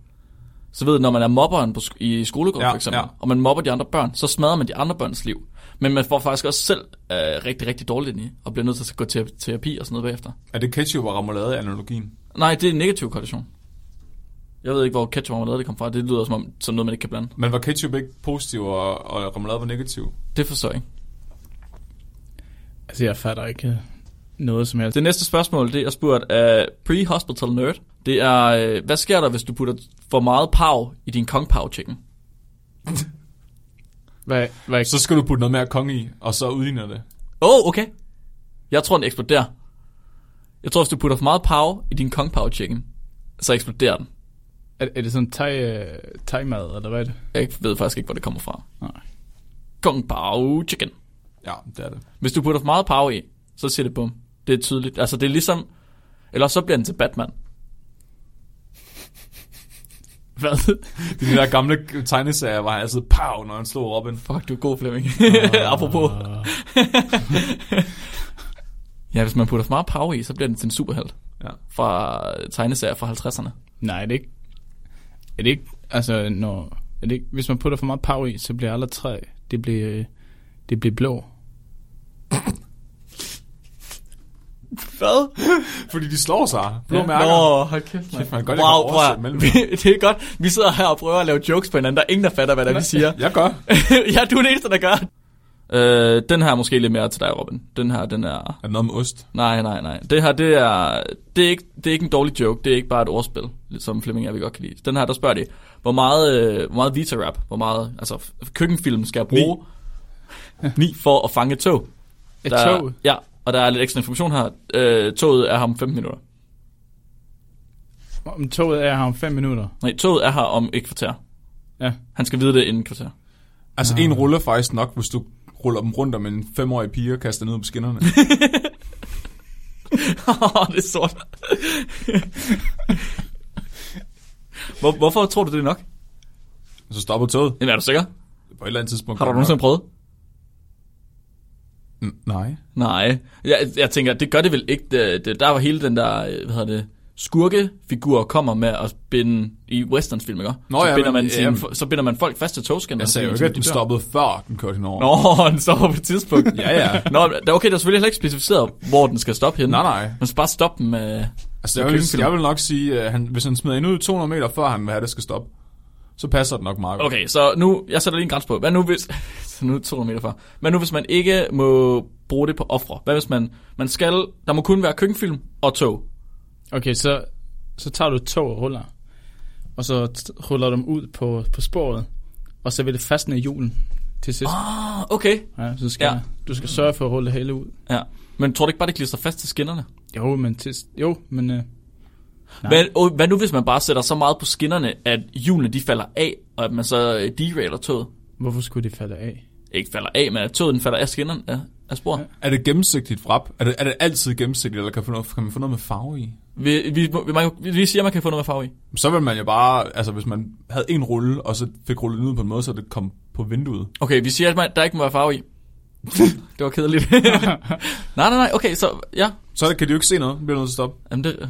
Så ved du, når man er mobberen på sk- i skolegården
Ja,
for eksempel,
ja.
og man mobber de andre børn, så smadrer man de andre børns liv. Men man får faktisk også selv øh, rigtig, rigtig dårligt ind i, og bliver nødt til at gå til terapi og sådan noget bagefter.
Er det ketchup og remoulade-analogien?
Nej, det er en negativ korrelation. Jeg ved ikke, hvor ketchup og marmelade det kom fra. Det lyder som om sådan noget, man ikke kan blande.
Men var ketchup ikke positiv, og, og remoulade var negativ?
Det forstår jeg ikke.
Altså, jeg fatter ikke øh, noget som helst.
Det næste spørgsmål, det er spurgt af Pre-Hospital Nerd. Det er, øh, hvad sker der, hvis du putter for meget pav i din kong pav chicken?
Hvad, hvad,
Så skal du putte noget mere kong i, og så udligner det.
Åh, oh, okay. Jeg tror, den eksploderer. Jeg tror, hvis du putter for meget pav i din kong pav chicken, så eksploderer den.
er, er det sådan thai, øh, thai-mad, eller hvad er det?
Jeg ved faktisk ikke, hvor det kommer fra.
Nej.
Kong pav chicken.
Ja, det er det.
Hvis du putter for meget pav i, så siger det bum. Det er tydeligt. Altså, det er ligesom... Eller så bliver den til Batman. [laughs]
Hvad?
Det er de der gamle tegneserier, hvor han altid pow, når han slog Robin.
Fuck, du er god, Flemming. [laughs] Apropos. ja, hvis man putter for meget power i, så bliver den til en superhelt.
Ja.
fra tegneserier fra 50'erne.
Nej, er det ikke... Er det ikke... Altså, når... Er det ikke, hvis man putter for meget pav i, så bliver alle træ... Det bliver... øh, Det bliver blå.
Hvad?
Fordi de slår sig. Blå
Ja.
mærker.
Nå, hold kæft, man.
Kæft, man. Godt, jeg
wow,
kan
prøv
oversætte
at,
mellem-
[laughs] vi, det er godt. Vi sidder her og prøver at lave jokes på hinanden. Der er ingen, der fatter, hvad der vi
[laughs]
siger. [laughs]
Jeg gør.
ja, du er den eneste, der gør. det. Øh, den her er måske lidt mere til dig, Robin. Den her, den er...
Er det noget med ost?
Nej, nej, nej. Det her, det er... Det er ikke, det er ikke en dårlig joke. Det er ikke bare et ordspil, lidt som Flemming jeg vi godt kan lide. Den her, der spørger de, hvor meget, øh, hvor meget Vita-rap, hvor meget altså, f- køkkenfilm skal jeg bruge Ni. for at fange et tog?
Et
Der,
tog.
Ja, og der er lidt ekstra information her. Øh, toget er her om 15 minutter.
Om toget er her om fem minutter.
Nej, toget er her om et kvarter.
Ja.
Han skal vide det inden et kvarter. [laughs]
Altså, en ruller faktisk nok, hvis du ruller dem rundt om en femårig pige og kaster ned på
[laughs]
skinnerne.
Åh, det er sort.
[laughs]
Hvor, hvorfor tror du det er nok?
Og så stopper toget.
Jamen, er du sikker?
På et eller andet tidspunkt.
Har du
kommer
nogensinde prøvet?
nok. Mm, Nej.
Nej. Jeg, jeg tænker, det gør det vel ikke. Det, det, der var hele den der, øh, hvad hedder det, skurkefigur kommer med at binde i westernsfilm, ikke?
Nå
så,
ja,
binder
men-
man
jamen.
sine, så binder man folk fast til togskinner.
Jeg sagde jo ikke, at den stoppede før, den kørte hende over.
Nå, [laughs] den stopper på et tidspunkt.
Ja, ja.
Nå, der, okay, der er selvfølgelig heller ikke specificeret, hvor den skal stoppe henne.
Nej, nej.
Man skal bare stoppe den med...
Altså, jeg,
Med
vil,
køkkenfilm.
jeg vil nok sige, at han, hvis han smider endnu 200 meter, før han vil have, det skal stoppe, så passer det nok meget godt.
Okay, så nu, jeg sætter lige en grænse på. Hvad nu hvis, [laughs] så nu er det 200 meter fra. Hvad nu hvis man ikke må bruge det på ofre? Hvad hvis man, man skal, der må kun være køkkenfilm og tog.
Okay, så, så tager du et tog og ruller. Og så t- ruller dem ud på, på sporet. Og så vil det fastne i julen til sidst.
Ah, okay.
Ja, så skal,
Ja.
ja. du skal sørge for at rulle det hele ud.
Ja. Men tror du ikke bare, det klister fast til skinnerne?
Jo, men, til, jo, men øh, Nej.
Hvad, og hvad nu hvis man bare sætter så meget på skinnerne, at hjulene de falder af, og at man så øh, derailer toget?
hvorfor skulle det falde af?
Ikke falder af, men at toget den falder af skinnerne af, af sporet. Ja.
Er det gennemsigtigt wrap? Er det, er det altid gennemsigtigt, eller kan, få noget, kan man få noget med farve i?
Vi, vi, vi, man, vi siger, at man kan få noget med farve i.
Så vil man jo bare, altså hvis man havde en rulle, og så fik rullet den ud på en måde, så det kom på vinduet.
Okay, vi siger, at man, der ikke må være farve i. det var kedeligt. nej, nej, nej. Okay, så ja,
Så kan de jo ikke se noget, bliver nødt til at stoppe.
Jamen det,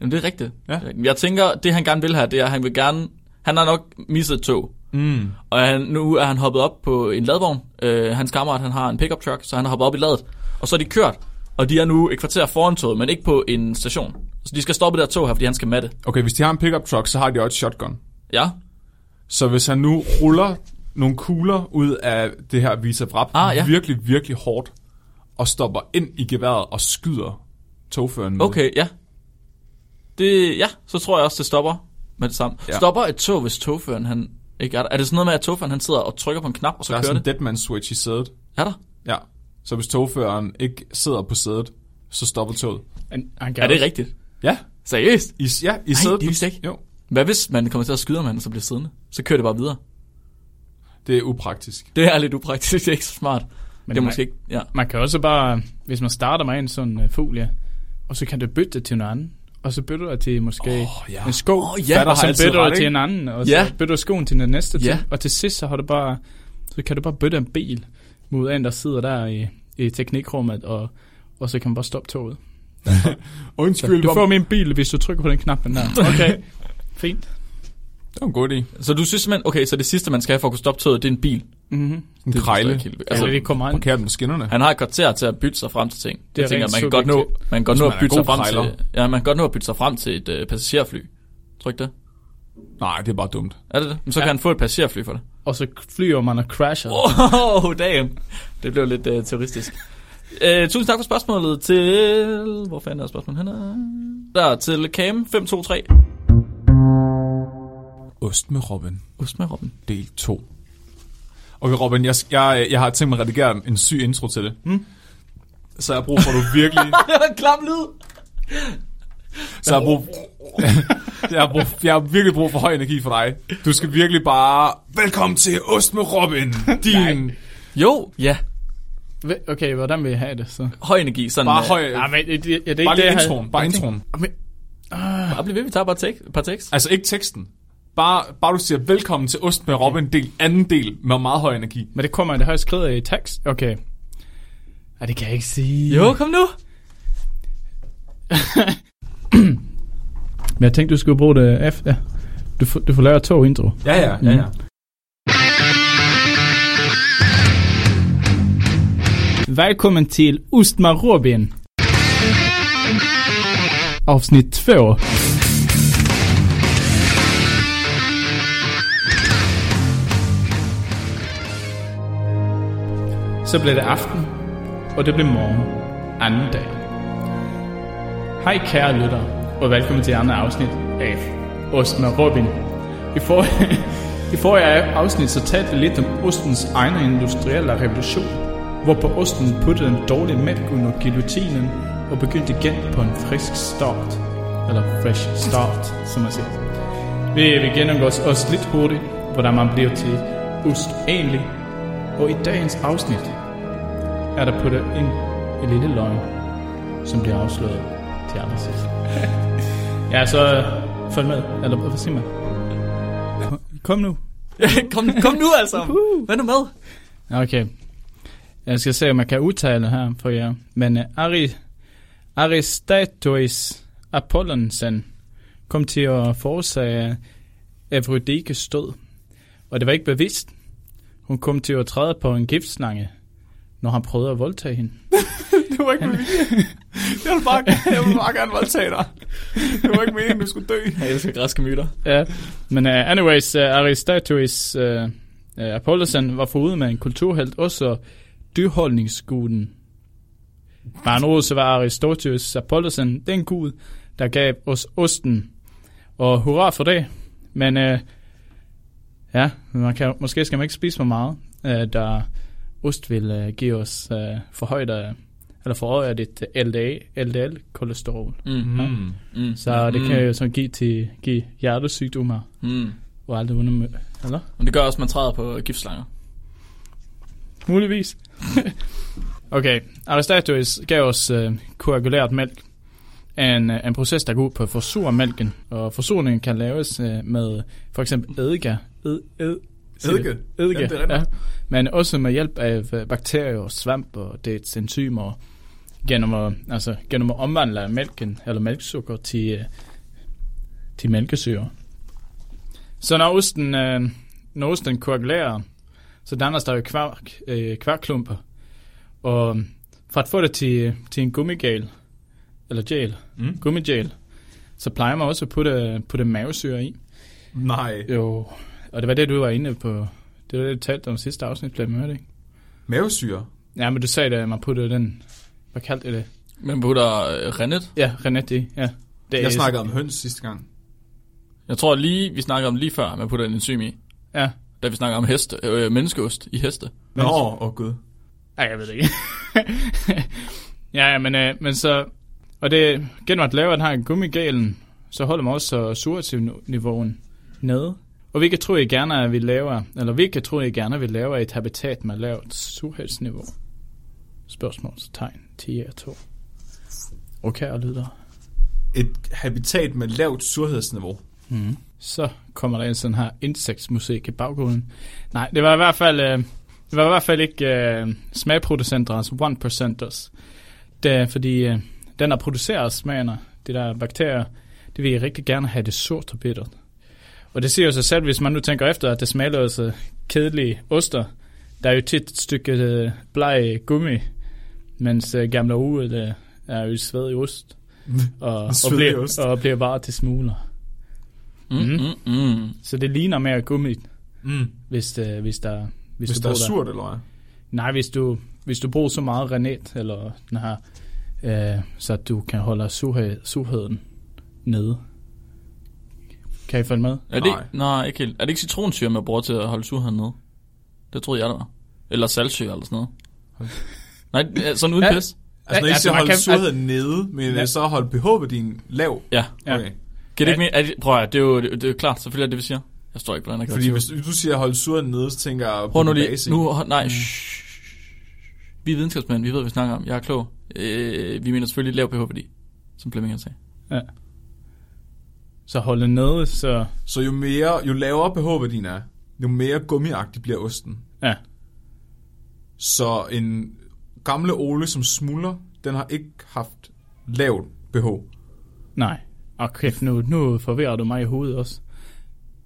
jamen det er rigtigt.
Ja.
Ja. Jeg tænker, det han gerne vil her, det er, at han vil gerne... Han har nok misset et tog,
Mm.
og han, nu er han hoppet op på en ladvogn. Øh, hans kammerat, han har en pickup truck, så han har hoppet op i ladet. Og så er de kørt, og de er nu et kvarter foran toget, men ikke på en station. Så de skal stoppe det der tog her, fordi han skal med det.
Okay, hvis de har en pickup truck, så har de også et shotgun.
Ja?
Så hvis han nu ruller nogle kugler ud af det her Visa Wrap
Ah, ja.
virkelig, virkelig hårdt, og stopper ind i geværet og skyder togføreren med.
Okay, ja. Det, ja, så tror jeg også, det stopper med det samme. Ja.
Ja.
Stopper et tog, hvis togføreren han ikke er der? Er det sådan noget med, at togføreren han sidder og trykker på en knap, og så
Der er
kører
sådan
det?
en deadman switch i sædet.
Er der?
Ja. Så hvis togføreren ikke sidder på sædet, så stopper toget.
Han, han kan
Ja. Er det
også-
rigtigt?
Ja.
Seriøst?
I, ja, i
Ej,
sædet.
det vidste jeg ikke.
Jo.
Hvad hvis man kommer til at skyde om manden, så bliver siddende? Så kører det bare videre.
Det er upraktisk.
Det er lidt upraktisk, [laughs] det er ikke så smart. Men det er
man-
måske ikke, ja.
Man kan også bare, hvis man starter med en sådan uh, folie, og så kan du bytte det til en anden, og så bytter du det til måske
Åh,
oh,
ja.
en sko,
Åh, ja.
Fatter
og så
har altid
bytter
ret,
du til
ikke?
en anden, og
Ja.
så bytter du skoen til den næste
Ja.
til, og til sidst så har du bare, så kan du bare bytte en bil mod en, der sidder der i, i teknikrummet, og, og så kan man bare stoppe toget.
Undskyld,
Du får min bil, hvis du trykker på den knap,
[laughs]
den der. Okay, fint.
Altså- Det var en god idé.
Så du synes simpelthen, okay, så det sidste, man skal have for at kunne stoppe toget, det er en bil.
Mm-hmm.
En
Det forstår jeg
krejle.
ikke helt.
Altså,
Altså,
ja, det kommer an.
Parkere den på skinnerne.
han har et kvarter til at bytte sig frem til ting. Det
er
jeg tænker,
rent
man kan godt nå,
subjektivt.
man kan godt
Hvis
nå
man
at
er
bytte sig
god
frem
krejler.
til, ja, man kan godt nå at bytte sig frem til et øh, passagerfly. Tror du ikke det?
Nej, det er bare dumt.
Er det det? Men så ja.
Ja.
kan han få et passagerfly for det.
Og så flyver man og crasher.
Oh, [laughs] damn. Det blev lidt øh, terroristisk. Øh, tusind tak for spørgsmålet til... Hvor fanden er spørgsmålet henne? Der til Cam 523.
Ost med Robin,
Husk med, Robben.
del 2. Okay, Robin, jeg, jeg, jeg har tænkt mig at redigere en syg intro til det. Hmm? Så jeg har brug for, at du virkelig...
Det var en [laughs] klam lyd.
så jeg har brug... [laughs] jeg, har brug, jeg har virkelig brug for høj energi for dig. Du skal virkelig bare... Velkommen til Ost med Robin, din...
Jo, ja.
Hva- Okay, hvordan vil jeg have det så?
Høj energi. Sådan,
bare
øh,
høj...
Ja, men det, det, ja, det er
Bare lige
ikke det, jeg havde-
introen, bare introen.
Bare bliv ved, vi tager bare tek, par tekst.
Altså ikke teksten. Bare, bare du siger, velkommen til Ost med Robin, del anden del med meget høj energi.
Men det kommer, det har jeg skrevet i tekst. Okay. Ej, det kan jeg ikke sige.
Jo, kom nu.
Men jeg tænkte, du skulle bruge det efter. Du, får- du får lavet to intro.
Ja, ja, ja, ja.
Välkommen till Ostmar Robin. Avsnitt två. Så blev det aften, og det blev morgen anden dag. Hej kære lyttere, og velkommen til andet afsnit af Osten og Robin. I for, [laughs] I forrige afsnit så talte vi lidt om ostens egen industrielle revolution, hvorpå osten puttede en dårlig mælk under guillotinen og begyndte igen på en frisk start. Eller fresh start, som man siger. Vi vil gennemgå os også lidt hurtigt, hvordan man bliver til ost egentlig. Og i dagens afsnit er der puttet ind en lille løgn, som bliver afsløret til allersidst. ja, så øh, følg med. Eller hvad siger man? Kom nu.
[laughs] kom, kom nu altså. Hvad nu med?
Okay. Jeg skal se, om jeg kan udtale her for jer. Men uh, Ari, Aristates Apollonsen kom til at forårsage Afrodikes død. Og det var ikke bevidst. Hun kom til at træde på en giftslange, når han prøvede at voldtage hende.
Det var ikke min Jeg vil bare, jeg vil bare gerne voldtage dig. [laughs] Det var ikke meningen, du skulle dø.
Jeg elsker græske myter.
Ja, men uh, anyways, uh, Aristoteles uh, uh, Apollesen var forude med en kulturhelt, også dyrholdningsguden. Med andre ord, så var Aristoteles Apollesen den gud, der gav os osten. Og hurra for det. Men uh, ja, man kan, måske skal man ikke spise for meget, uh, da ost vil uh, give os uh, forhøjet, uh, eller forhøjet et LDA, LDL-kolesterol.
Mm.
Mm.
Mm.
Så det
Mm.
kan jo så give til give hjertesygdommer
Mm.
og alt det under... Eller?
Men det gør også, at man træder på øh, giftslanger.
Muligvis. [laughs] okay, Aristoteles gav os øh, koagulært mælk. En, øh, en proces, der går ud på at forsure mælken. Og forsurningen kan laves øh, med for eksempel eddike. Ed, ed, siger det?
Eddike?
Eddike,
Ja,
ja,
det er rigtigt.
ja. Men også med hjælp af øh, bakterier og svamp og dets enzymer. Gennem at, altså, gennem at omvandle mælken eller mælksukker til, øh, til mælkesyre. Så når osten, øh, når osten koagulerer, så dannes der jo kvark, øh, kvarklumper. Og for at få det til, til en gummigal, eller gel,
Mm.
mm. gummigel, så plejer man også at putte, putte mavesyre i.
Nej.
Jo, og det var det, du var inde på. Det var det, du talte om sidste afsnit, blev med, ikke?
Mavesyre.
Ja, men du sagde, at man puttede den... Hvad kaldte I det?
Man putter øh, rennet.
Ja, Renette i. Ja. Det
Jeg snakkede om høns sidste gang.
Jeg tror lige, vi snakkede om lige før, man putter en enzym i.
Ja.
Da vi snakker om heste, øh, menneskeost i heste.
Nå, åh oh, gud.
Ej, jeg ved det ikke. [laughs] ja, ja, men, øh, men så... Og det gennem at lave den her gummigalen, så holder man også surativniveauen nede. Og hvilket tror I gerne, at vi laver, eller hvilket tror I gerne, at vi laver et habitat med lavt surhedsniveau? Spørgsmålstegn 10 og 2. Okay, og lyder.
Et habitat med lavt surhedsniveau.
Så kommer der en sådan her insektsmusik i baggrunden. Nej, det var i hvert fald, øh, det var i hvert fald ikke øh, smagproducenter, altså one percenters. Det er fordi, øh, den der producerer smagerne, det der bakterier, det vil jeg rigtig gerne have det surt og bittert. Og det siger jo sig selv, hvis man nu tænker efter, at det smager jo så kedelige oster. Der er jo tit et stykke øh, bleg gummi, mens øh, gamle uget øh, er jo svedig ost. Og, og,
Svedig
bliver,
ost.
og bliver bare til smuler.
Mm,
Mhm.
mm, mm.
Så det ligner mere gummi,
Mm.
hvis, det, hvis der... Hvis,
Hvis
du
der er
bruger
surt, eller hvad?
Nej, hvis du, hvis du bruger så meget renet, eller den her, øh, så at du kan holde surhed, surheden nede. Kan I følge med?
Er det,
Nej.
nej. nej, ikke helt. Er det ikke citronsyre, man bruger til at holde surheden nede? Det troede jeg, der var. Eller saltsyre eller sådan noget. nej, øh, sådan uden
Ja.
pis.
Altså, når I
Ja, altså,
siger
man
holde
kan-
surheden nede, men
Ja.
øh, så holde pH-værdien lav.
Ja.
Ja.
Okay.
Kan det ikke mere? Er det, prøv at høre, det er jo det, det er jo klart, selvfølgelig er det, vi siger. Jeg står ikke, hvordan jeg kan
Fordi
være
hvis
i
du siger holde surheden nede, så tænker jeg
tvivl.
på
Prøv nu
base.
lige. Nu, hold- nej, shh. Vi er videnskabsmænd, vi ved, hvad vi snakker om. Jeg er klog. Øh, vi mener selvfølgelig lav pH-værdi, som Flemming han sagde.
Så holde nede, så...
Så jo, mere, jo lavere pH-værdien er, jo mere gummiagtig bliver osten.
Ja,
Så en gamle Ole, som smuldrer, den har ikke haft lavt pH.
nej. Åh kæft, nu, nu forvirrer du mig i hovedet også.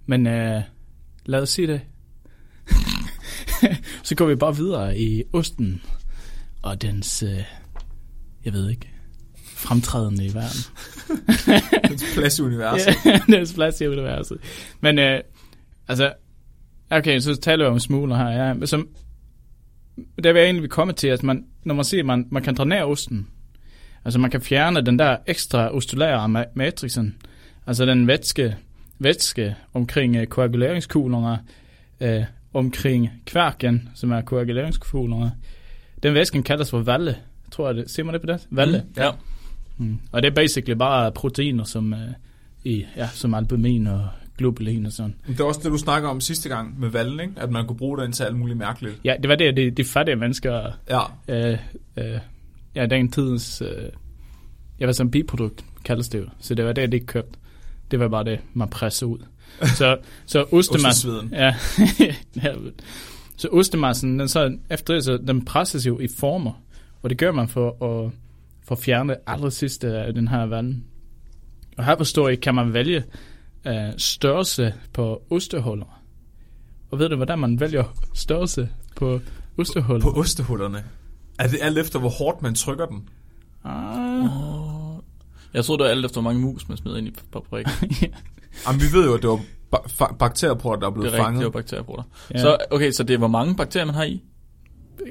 Men øh, lad os se det. [laughs] så går vi bare videre i osten og dens, øh, jeg ved ikke, fremtrædende i verden.
Plads i universet.
Ja, [laughs] deres plads i universet. Men, øh, altså, okay, så taler vi om smugler her, ja. Men Som, der vil jeg egentlig komme til, at man, når man ser, at man, man kan drænere osten, altså man kan fjerne den der ekstra ostulære ma- matrixen, altså den vætske, vætske omkring øh, koaguleringskuglerne, øh, omkring kværken, som er koaguleringskuglerne. Den væsken kaldes for valle, tror jeg det. Ser man det på det? Valle. Mm.
Ja.
Mm. Og det er basically bare proteiner, som, øh, i, ja, som albumin og globulin og sådan.
Men Det var også det, du snakker om sidste gang med valden, ikke? At man kunne bruge den til alt muligt mærkeligt.
Ja, det var det, de, de fattige mennesker,
Ja,
øh, øh, ja, den tidens, øh, jeg var som biprodukt, kaldes det jo. Så det var det, de købte. Det var bare det, man pressede ud. Så, så ostemassen,
ostesveden.
ja, [laughs] Helvede. så ostemassen, den så, efter det, så den presses jo i former, og det gør man for at, for at fjerne aller sidste af den her vand. Og her forstår I, kan man vælge øh, størrelse på ostehuller. Og ved du, hvordan man vælger størrelse på ostehuller?
På ostehullerne. Er det alt efter, hvor hårdt man trykker den?
[laughs] Ah.
Jeg troede, det var alt efter, hvor mange mus man smed ind i fabrikken.
Jamen, vi ved jo, at det var ba- fa- bakterieporter, der blev
Det er rigtigt,
fanget.
det var bakterieproter.
Ja.
Ja. Så, okay, så det er, hvor mange bakterier, man har i?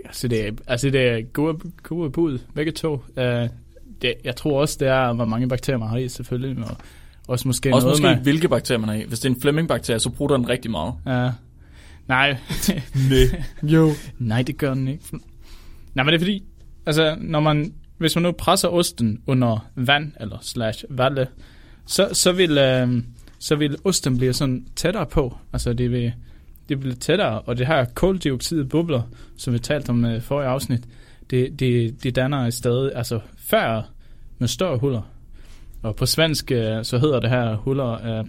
Altså det, er, altså det er gode, gode bud, begge to. Uh, det, jeg tror også, det er, hvor mange bakterier man har i, selvfølgelig. Og også måske
Også
noget
måske, hvilke bakterier man har i. Hvis det er en Flemming-bakterie, så bruger den rigtig meget.
med... Uh, nej. [laughs]
Nej.
jo. [laughs] Nej, det gør den ikke. Nej, men det er fordi, altså, når man, hvis man nu presser osten under vand, eller slash valle, så, så, vil, øh, så vil osten blive sådan tættere på. Altså, det vil, det bliver tættere, og det her koldioxidbobler, som vi talte om i forrige afsnit, det, det, det danner stadig altså færre med større huller. Og på svensk, øh, så hedder det her huller, øh,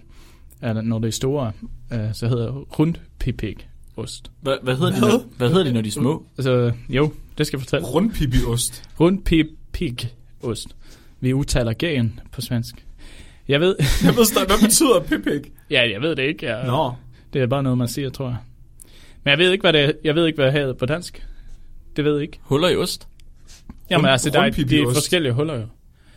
eller når det er store, øh, så hedder rundpipik ost.
Hva, hvad, hedder de, når, hvad hedder de, når de er små?
Altså, jo, det skal jeg fortælle.
Rundpipiost.
Rundpipik ost. Vi udtaler gagen på svensk. Jeg ved, [laughs]
Jeg ved stadig, hvad betyder pipik?
ja, jeg ved det ikke. Jeg,
Nå,
Det er bare noget, man siger, tror jeg. Men jeg ved ikke, hvad det, jeg ved ikke, hvad det hedder på dansk. Det ved jeg ikke.
Huller i ost?
Jamen,
Rund-
altså, der er, det er
rundpipiost.
forskellige huller
[laughs]
jo.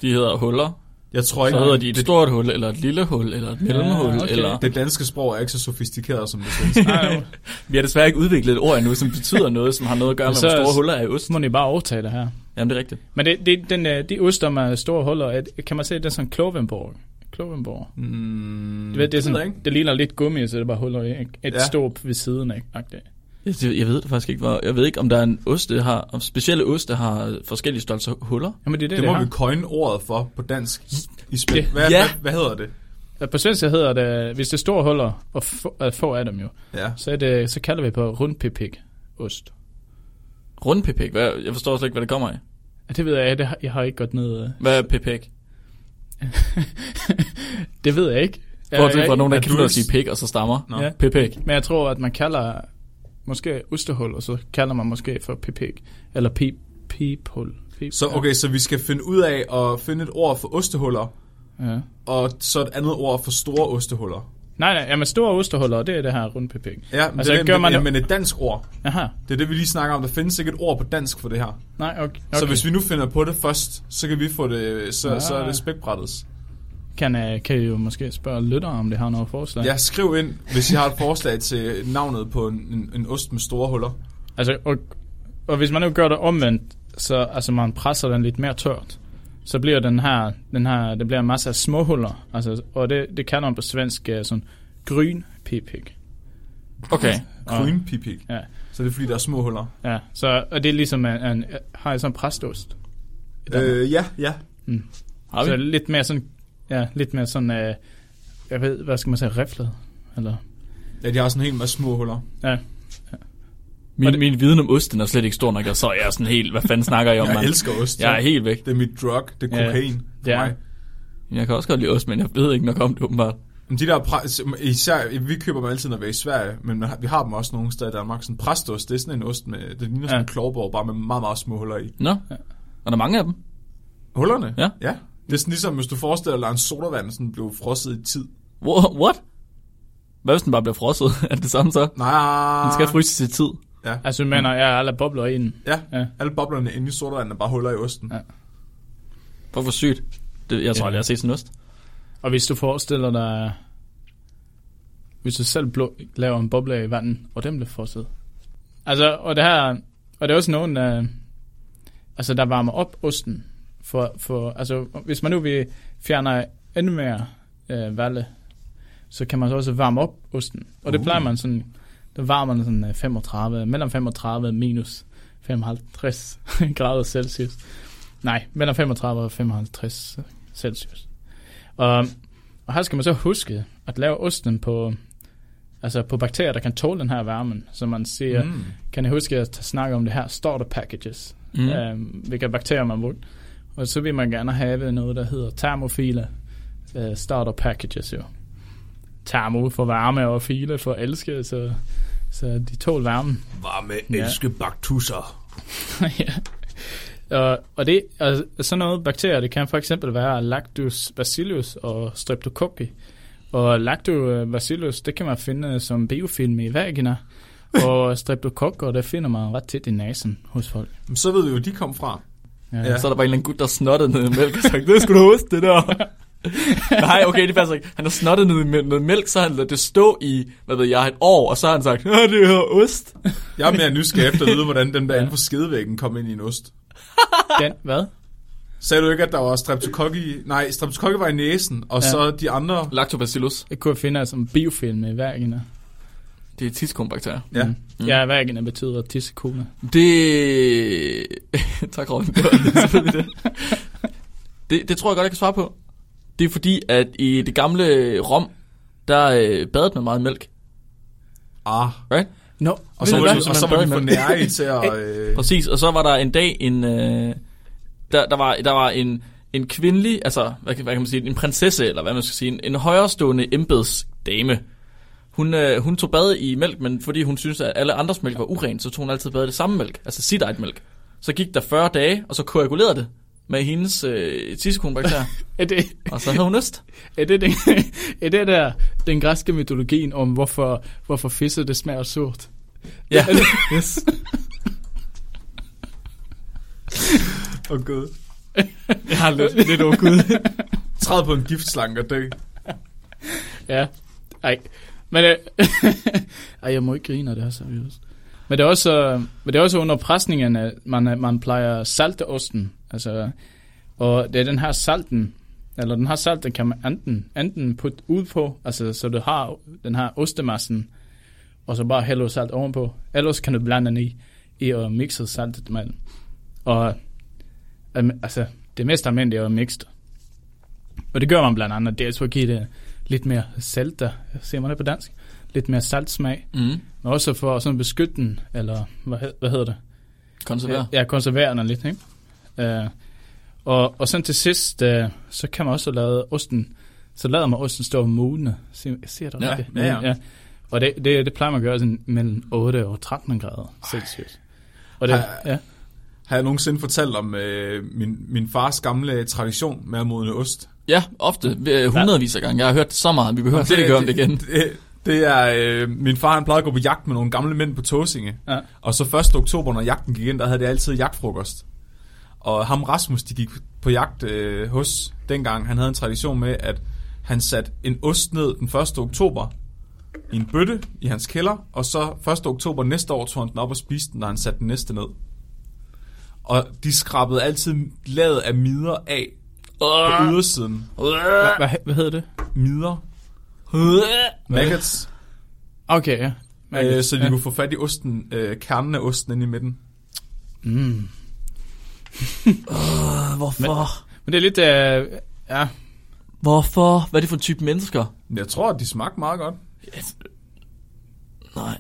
De hedder huller.
jeg tror ikke,
Så hedder de et stort hul, eller et lille hul, eller et mellemhul,
Ja, okay.
eller...
det danske sprog er ikke så sofistikeret som det svenske.
Nej, jo.
Vi har desværre ikke udviklet et ord endnu, som betyder noget, som har noget at gøre med,
Så-
hvor store huller er i ost.
Så må de bare overtage det her.
Jamen, det er rigtigt.
Men det, det, den, øh, de oster med store huller, at- kan man se, det er sådan Klovenborg. Klovenborg.
Mm,
Du ved, det, er
ved jeg
sådan,
ikke.
det ligner lidt gummi, så det er bare huller i. ikke? Et
Ja.
ja. stort ved siden af. agtigt.
Jeg, jeg ved det faktisk ikke. Hvor, jeg ved ikke, om der er en ost, der har... Om specielle oste har forskellige størrelser huller.
Jamen, det er det,
Det
det,
må
har.
vi coin ordet for på dansk. I spil.
Det-
Hvad,
Ja.
hvad, hvad hedder det?
Øh, På svensk så hedder det, hvis det er store huller, og få, øh, få af dem jo,
Ja.
så, er det, så kalder vi på rundpipik ost.
Rundpepæk. Hvad, jeg forstår slet ikke, hvad det kommer af.
Og det ved jeg, det har, jeg har ikke godt ned. øh. [laughs]
Hvad er pepæk?
Det ved jeg ikke. Jeg,
Bortset fra nogen, der
er
ikke
du
gider at
ikke-
sige pik, og så stammer.
Nå.
Ja.
Pepæk.
Men jeg tror, at man kalder måske ostehul, og så kalder man måske for pipik. Eller pip, piphul. Pip,
Så, okay, så vi skal finde ud af at finde et ord for ostehuller,
Ja.
og så et andet ord for store ostehuller.
Nej, nej, jamen store ostehuller, det er det her
Ja,
rundpipik.
men,
Altså,
altså, det,
gør
gør men,
man-
man... men et dansk ord.
Aha,
Det er det, vi lige snakker om. Der findes ikke et ord på dansk for det her. Okay.
nej, okay.
Så
okay.
hvis vi nu finder på det først, så kan vi få det, så,
Ah.
så er det spækbrættet.
Kan, øh, kan I jo måske spørge lyttere, om det har noget forslag.
Ja, skriv ind, hvis I har et forslag til navnet på en, en, en ost med store huller.
Altså, og, og hvis man nu gør det omvendt, så altså, man presser den lidt mere tørt, så bliver den her, den her det bliver en masse af små huller. Altså, og det, det kalder man på svensk øh, sådan grøn pipik.
Okay.
Krynpipik.
Ja.
Så det er fordi, der er små huller.
Ja, så, og det er ligesom, en, en, har jeg sådan en præstost.
Øh, ja, ja.
Har vi?
Så lidt mere sådan, ja, lidt mere sådan, øh, jeg ved, hvad skal man sige, riflet? Eller,
Ja, de har sådan en hel masse små huller.
ja,
Min, min viden om osten er slet ikke stor nok, og så er jeg sådan helt, hvad fanden snakker jeg om,
Jeg
mand?
elsker ost.
Jeg er helt væk.
Det er mit drug, det er
Ja.
kokain for
Ja.
mig.
Jeg kan også godt lide ost, men jeg ved ikke nok om det åbenbart.
Men De der præ- især, vi køber dem altid, når vi er i Sverige, men man har- vi har dem også nogle steder i Danmark. Sådan præstost, det er sådan en ost, med, det ligner sådan
Ja.
en klovborg, bare med meget, meget små huller i.
Nå, er der mange af dem?
Hullerne?
Ja.
ja. Det er sådan ligesom, hvis du forestiller dig, at en sodavand sådan blev frosset i tid.
Wha- What? Hvad hvis den bare bliver frosset? [laughs] er det det samme så?
Nej.
Den skal fryses i tid.
Ja.
Altså, man er alle bobler i den.
Ja,
Ja.
ja, alle boblerne inde i sodavanden er bare huller i osten.
Ja.
Ja.
Hvorfor sygt? Det, jeg tror aldrig, jeg har set sådan en ost.
Og hvis du forestiller dig, hvis du selv blå, laver en boble i vandet, og den bliver frosset. Altså, og det her, og det er også nogen, der, altså, der varmer op osten. For, for, altså, hvis man nu vil fjerne endnu mere øh, valle, så kan man så også varme op osten. Og det
Uh.
plejer man sådan, der varmer man sådan øh, 35, mellem 35 minus 55 [laughs] grader Celsius. Nej, mellem 35 og 55 Celsius. Og, og her skal man så huske at lave osten på, altså på bakterier, der kan tåle den her varme. Så man siger, mm.
Mm.
kan I huske at snakke om det her starter packages, mm.
Mm.
øh, hvilke bakterier man bruger. Og så vil man gerne have noget, der hedder termofile øh, starter packages jo. Termo for varme og file for elske, så, så de tål varmen.
Varme,
Ja.
elske baktusser.
[laughs] ja. Og, og det, altså, sådan noget bakterier, det kan for eksempel være Lactobacillus og Streptococci. Og Lactobacillus, det kan man finde som biofilm i vagina. Og streptokokker, det finder man ret tæt i nasen hos folk.
Men Så ved vi jo, at de kom fra.
Ja.
Ja.
Så er der bare en eller anden gut, der snottede ned i mælk og sagde, det skulle du huske, det der. Nej, okay, det passer ikke. Han har snottet ned i mæl- noget mælk, så har han ladet det stå i, hvad ved jeg, et år, og så har han sagt, "Ah, det her ost.
Jeg er mere nysgerrig efter at vide, hvordan den der
Ja.
inde på skedevæggen kom ind i en ost.
Den, hvad?
Sagde du ikke, at der var streptokokki? Nej, streptokokki var i næsen, og
Ja.
ja. så de andre...
Lactobacillus,
Det kunne jeg finde som biofilm i vagina.
det er tiskonbakterier.
Ja.
Mm. Ja, vagina betyder tissekone.
Det... [laughs] tak, Robin. Det, var selvfølgelig det. det. Det tror jeg godt, jeg kan svare på. Det er fordi, at i det gamle Rom, der øh, badede man meget i mælk,
Ah.
right?
No.
Og så,
Ved
var
du
de,
hvad?
og så
Man
var de
bør
for
imellem.
nære i til at... Øh,
Præcis, og så var der en dag en... Øh, der, der, var, der var en, en kvindelig, altså hvad, kan- hvad kan man sige, en prinsesse, eller hvad man skal sige, en, en højrestående embedsdame. Hun, øh, hun tog bad i mælk, men fordi hun syntes, at alle andres mælk var uren, så tog hun altid bad i det samme mælk, altså sit eget mælk. Så gik der 40 dage, og så koagulerede det med hendes øh, tissekonbakterier,
Er det,
og så havde hun øst.
Er det, den, [laughs] er det der den græske mytologien om, hvorfor, hvorfor fisse det smager surt?
Ja,
Er det,
yes.
oh God.
Jeg har lidt, lidt overgud.
[laughs] Træd på en giftslank og dø.
ja. Ej. Men, øh, [laughs] ej, jeg må ikke grine, af det er seriøst. Men det er også, øh, men det er også under presningen, at man, at man plejer at salte osten. Altså, og det er den her salten, eller den her salt, den kan man enten, enten putte ud på, altså så du har den her ostemassen, og så bare hælde salt ovenpå. Ellers kan du blande den i, i og mixe saltet med den. Og øhm, altså, det mest almindelige er jo mixed. Og det gør man blandt andet, dels for at give det lidt mere salt, der ser man det på dansk, lidt mere saltsmag,
Mm.
men også for at sådan beskytte den, eller hvad, hed- hvad hedder det?
Konservere.
Ja, konservere den lidt, ikke? Uh, og, og sådan til sidst, uh, så kan man også lade osten, så lader man osten stå og modne. Se, ser du
Ja,
det?
ja, ja.
Og det, det, det plejer man at gøre sådan mellem 8 og 13 grader Celsius. Og det,
Ej.
ja.
Har jeg nogensinde fortalt om øh, min, min fars gamle tradition med at modne ost?
Ja, ofte. øh, Hundredvis af gange. Jeg har hørt det så meget, vi behøver slet ikke høre om det igen.
Det, det er, øh, min far han plejede at gå på jagt med nogle gamle mænd på Tåsinge.
Ja.
Og så 1. oktober, når jagten gik ind, der havde det altid jagtfrokost. Og ham Rasmus, de gik på jagt øh, hos dengang, han havde en tradition med, at han satte en ost ned den 1. oktober i en bøtte i hans kælder, og så 1. oktober næste år tog han den op og spiste den, når han satte den næste ned. Og de skrabede altid laget af midder af på ydersiden.
Hvad, hvad hedder det?
Midder. Maggots.
Okay, ja.
Øh, så de ja. kunne få fat i osten, øh, kernen af osten inde i midten.
Mm.
Hvorfor?
Men det er lidt, øh, ja,
Hvorfor? Hvad er det for en type mennesker?
Men Jeg tror, at de smagte meget godt.
Nej.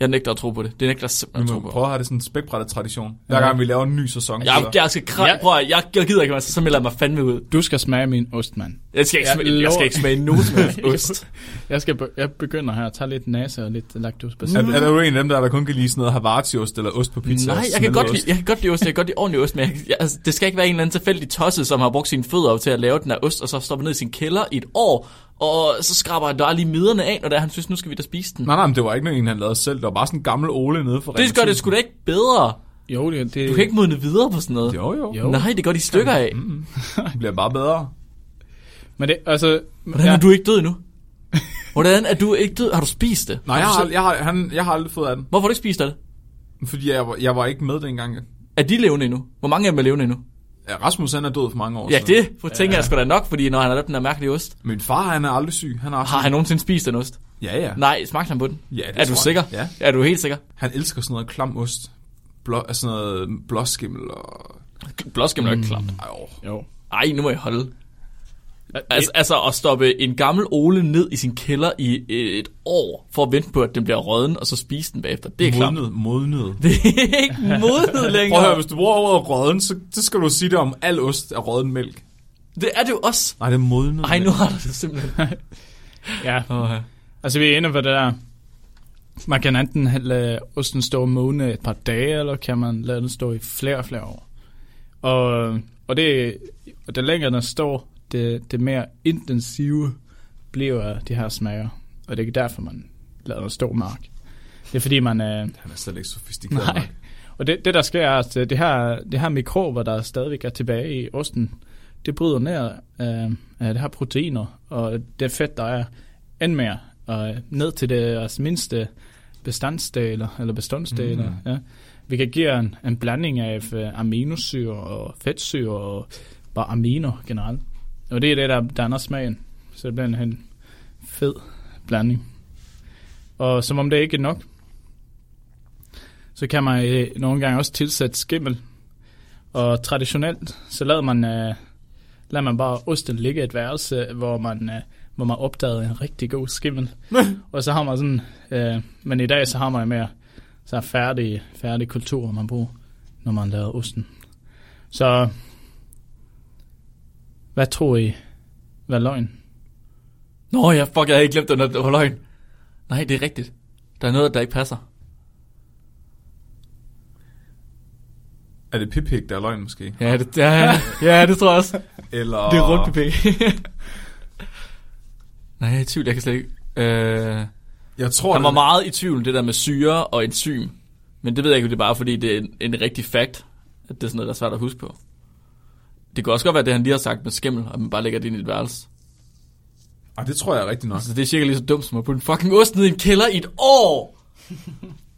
Jeg nægter at tro på det. Det nægter jeg simpelthen
Vi
at
må
tro på.
prøve at have det sådan en spækbrættet-tradition. Hver gang vi laver en ny sæson.
Jeg,
så-
jeg skal kræ...
Ja.
ja. Prøv at, jeg, jeg gider ikke, altså, så melder jeg mig fandme ud.
Du skal smage min ost, mand.
Jeg skal ikke,
Jeg
jeg smage, jeg
lover-
skal ikke smage nogen som
[laughs]
helst ost.
Jeg, skal be- jeg begynder her at tage lidt nase og lidt laktosbaseret.
Er, er du en af dem, der, der kun kan lide sådan noget havartiost eller ost på pizza?
Nej, jeg kan,
Smeltet
godt
ost.
lide, jeg kan godt lide ost, jeg kan godt lide ordentlig ost, men jeg, jeg, altså, det skal ikke være en eller anden tilfældig tosse, som har brugt sine fødder til at lave den her ost, og så stopper ned i sin kælder i et år, og så skraber han bare lige miderne af, når det er, han synes, nu skal vi da spise den.
Nej, nej, men det var ikke en, han lavede selv. Det var bare sådan en gammel Ole nede for
Det gør det sgu da ikke bedre.
Jo, det, det
Du kan ikke modne videre på sådan noget.
Jo, jo.
Jo.
jo.
Nej, det går de stykker af. [laughs]
Det bliver bare bedre.
Men det, altså...
Hvordan er du ikke
[laughs]
død nu? Hvordan er du ikke død? Har du spist det?
Nej, jeg har, jeg, har, han, jeg har aldrig fået af den.
Hvorfor har du ikke spist af det?
Fordi jeg, var- jeg var ikke med dengang.
Er de levende endnu? Hvor mange af dem er levende endnu?
Ja, Rasmus han er død for mange år
Ja,
siden.
det for tænker jeg sgu da nok, fordi når han har lavet den der mærkelige ost.
Min far, han er aldrig syg. Han er
Har han nogensinde spist den ost?
Ja, ja.
Nej, smagte han på den?
Ja, det
er
tror
du
jeg.
sikker?
Ja.
Er du helt sikker?
Han elsker sådan noget klam ost. Blå, altså sådan noget blåskimmel og...
Blåskimmel er jo ikke klamt.
Ej, åh.
Jo.
Mm. Ej, nu må jeg holde. Altså, altså at stoppe en gammel ole ned i sin kælder i et år, for at vente på, at den bliver rådden, og så spise den bagefter. Det er klamt.
modnet, modnet.
Det er ikke modnet
[laughs] Prøv at
længere.
høre, hvis du bruger ordet råden, så, så skal du sige det om al ost er råden mælk.
Det er det jo også.
Nej, det er modnet.
Ej, nu har du det simpelthen.
Ja,
Åh, ja.
altså vi er inde på det der. Man kan enten lade osten stå og modne et par dage, eller kan man lade den stå i flere og flere år. Og, og det, og det længere den står, det, det mere intensive bliver de her smager. Og det er derfor, man lader den stå mark. Det er fordi, man... Øh,
Han er slet ikke sofistikeret.
Nej.
nok.
Og det, det der sker er, at øh, det her, det her mikrober, der stadigvæk er tilbage i osten, det bryder ned af, af det her proteiner, og det fedt, der er end mere, og øh, ned til deres mindste bestanddeler, eller bestanddeler. Mm. Ja. Vi kan give en, en blanding af øh, aminosyre og fedtsyre og bare aminer generelt. Og det er det, der danner smagen. Så det bliver en fed blanding. Og som om det ikke er nok, så kan man øh, nogle gange også tilsætte skimmel. Og traditionelt, så lader man, øh, lader man bare osten ligge i et værelse, hvor man, øh, hvor man opdagede en rigtig god skimmel. og så har man sådan, øh, men i dag så har man mere så er færdige, færdige kulturer, man bruger, når man laver osten. Så hvad tror I, hvad er løgn?
Nå, ja, fuck, jeg havde ikke glemt, at det var løgn. Nej, det er rigtigt. Der er noget, der ikke passer.
Er det pipik, der er løgn måske?
Ja, det, ja, ja, det tror jeg også.
Eller...
Det er rundt pipik. [laughs] Nej, jeg er i tvivl, jeg kan slet ikke. Øh,
Jeg tror,
han
det
var
er-
meget i tvivl, det der med syre og enzym. Men det ved jeg ikke, om det er bare fordi, det er en, en rigtig fact, at det er sådan noget, der er svært at huske på. Det kan også godt være, det han lige har sagt med skimmel, at man bare lægger det ind i et værelse.
Ej, det tror jeg er rigtigt nok.
Altså, det er cirka lige så dumt som at putte en fucking ost ned i en kælder i et
[laughs]
år,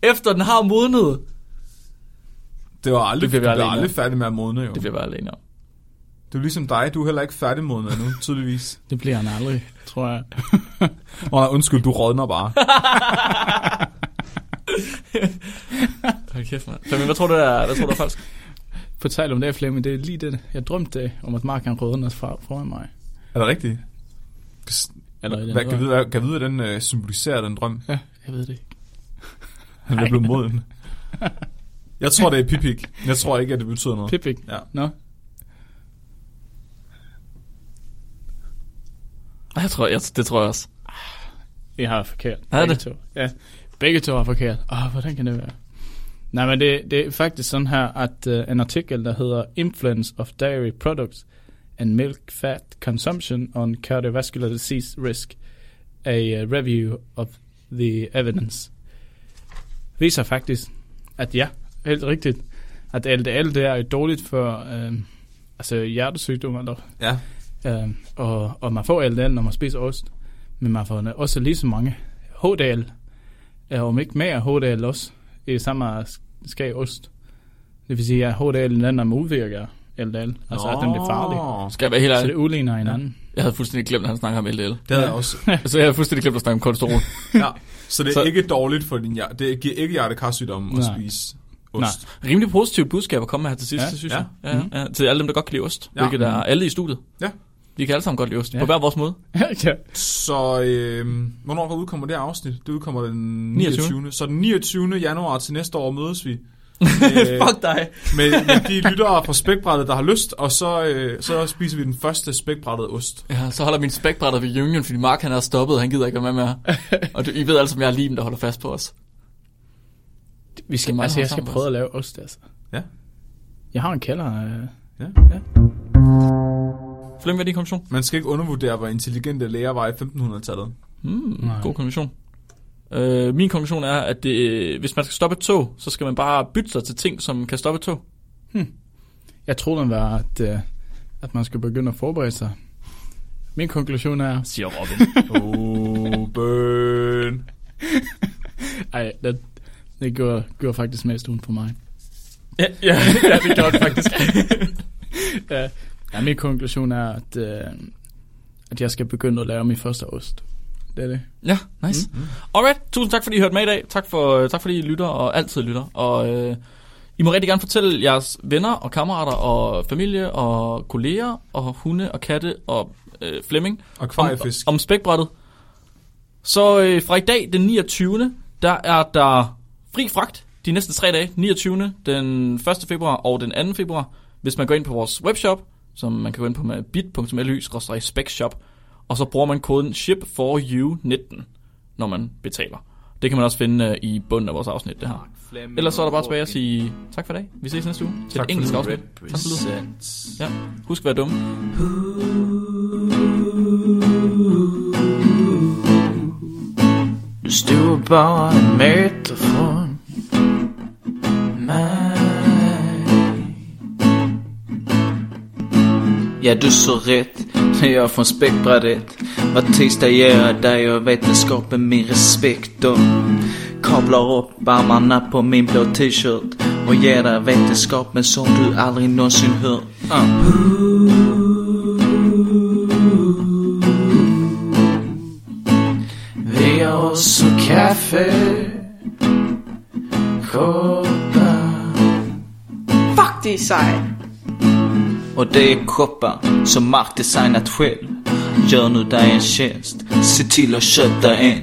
efter den har modnet.
Det var aldrig,
Det
det
bliver vi
bliver
aldrig
aldrig færdig med at modne, jo.
Det bliver jeg bare alene om.
Det er jo ligesom dig, du er heller ikke færdigmodnet nu, tydeligvis.
Det bliver han aldrig, tror jeg.
Åh, oh, undskyld, du rådner bare.
Hold kæft, mand. Flemming, hvad tror du, der er, hvad tror du er falsk?
På tal om det, Flemming, det er lige det, jeg drømte om, at Mark han rødner fra, foran mig.
[laughs] er det rigtigt? Psst,
Eller i den
Hvad,
drøm.
kan, vide, hvad- kan vide, at den øh, symboliserer den drøm?
Ja, jeg ved det ikke.
Han er blevet moden. Jeg tror, det er pipik. Jeg tror ikke, at det betyder noget.
Pipik?
Ja.
Nå?
Ej, Jeg tror, jeg, det tror jeg også.
I har forkert.
Er
Begge
det?
To. Ja, begge to har forkert. Åh, hvordan kan det være? Nej, men det, det er faktisk sådan her, at uh, en artikel, der hedder Influence of Dairy Products and Milk Fat Consumption on Cardiovascular Disease Risk, a uh, review of the evidence, viser faktisk, at ja, helt rigtigt, at LDL det er jo dårligt for øh, altså hjertesygdomme eller
Ja.
Øh, og, og man får LDL, når man spiser ost, men man får også lige så mange HDL, øh, om ikke mere HDL også, i samme skag ost. Det vil sige, at HDL den der modvirker LDL, altså at den bliver farlig.
Skal jeg være helt
Så det
ærlig?
udligner hinanden.
Jeg havde fuldstændig glemt, at han snakker om LDL.
Det havde jeg også.
Altså, jeg havde fuldstændig glemt at snakke om kolesterol.
Ja. Så det er
Så-
ikke dårligt for din hjerte. Det giver ikke hjertekarsygdomme at
Nej.
spise
Nej.
ost.
Rimelig positivt budskab at komme med her til sidst,
Ja,
det synes
ja.
jeg. Ja, ja. Til alle dem, der godt kan lide ost,
Ja.
hvilket er alle i studiet.
Ja.
Vi kan alle sammen godt lide ost. Ja.
Ja.
På hver vores måde.
[laughs] ja.
Så øh, hvornår udkommer det afsnit? Det udkommer den 29. 29. Så den 29. januar til næste år
[laughs]
mødes vi. med,
[laughs] Fuck dig.
med, med de lyttere fra spækbrættet, der har lyst, og så, øh, så spiser vi den første spækbrættet ost.
Ja, så holder min spækbrætter ved Union, fordi Mark han er stoppet, og han gider ikke være med mere. Og du, I ved alle sammen, jeg er limen, der holder fast på os.
Vi skal,
meget
altså, jeg skal
håndsomt
prøve at lave ost, altså.
Ja.
Jeg har en kælder. Øh.
Ja.
Flem, hvad er din konklusion?
Man skal ikke undervurdere, hvor intelligente læger var i 1500-tallet.
Mm,
Nej.
god konklusion. Øh, min konklusion er, at det, øh, hvis man skal stoppe et tog, så skal man bare bytte sig til ting, som kan stoppe et tog.
Jeg troede, den var, at, øh, at man skal begynde at forberede sig. Min konklusion er...
Siger Robin.
Oh, burn.
Ej, det, det gjorde, gjorde faktisk mest ondt på mig.
ja, ja, ja, det gjorde det faktisk.
[laughs] ja. ja, min konklusion er, at, øh, at jeg skal begynde at lave min første ost. Det er det.
[laughs] ja, nice. Mm. Alright, tusind tak, fordi I hørte med i dag. Tak, for, øh, tak fordi I lytter, og altid lytter. Og øh, I må rigtig gerne fortælle jeres venner og kammerater og familie og kolleger og hunde og katte og øh, Flemming,
Og
om,
kvarjefisk.
om spækbrættet. Så øh, fra i dag, den 29., der er der fri fragt de næste tre dage. 29., den 1. februar og den 2. februar. Hvis man går ind på vores webshop, som man kan gå ind på med bit.ly-specshop, og så bruger man koden SHIP4U19, når man betaler. Det kan man også finde øh, i bunden af vores afsnit, det her. Ellers så er der bare tilbage at sige tak for i dag. Vi ses næste uge til
Tak
et
for
engelsk
nu.
afsnit. Tak for lyden. Ja, husk at være dumme.
Du er bare en meter fra mig Ja, du så rätt [laughs] när jag från spektrat Vad tisdag gör jag där jag vetenskapen min respekt och Kavlar upp armarna på min blå t-shirt och ger dig vetenskapen som du aldrig någonsin hört uh. Vi har också kaffe Koppar
Fuck, det er sejt.
Och det är koppar som Mark designat själv Gör nu dig en tjänst, se till att köpa en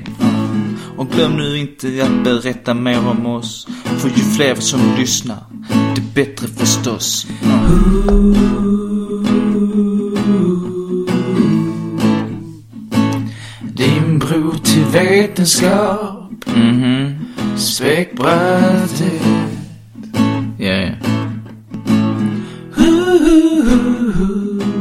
Och glöm nu inte att berätta mer om oss För ju fler som lyssnar, det bättre förstås Din bro till vetenskap Mhm, Späckbrädet Ja, ja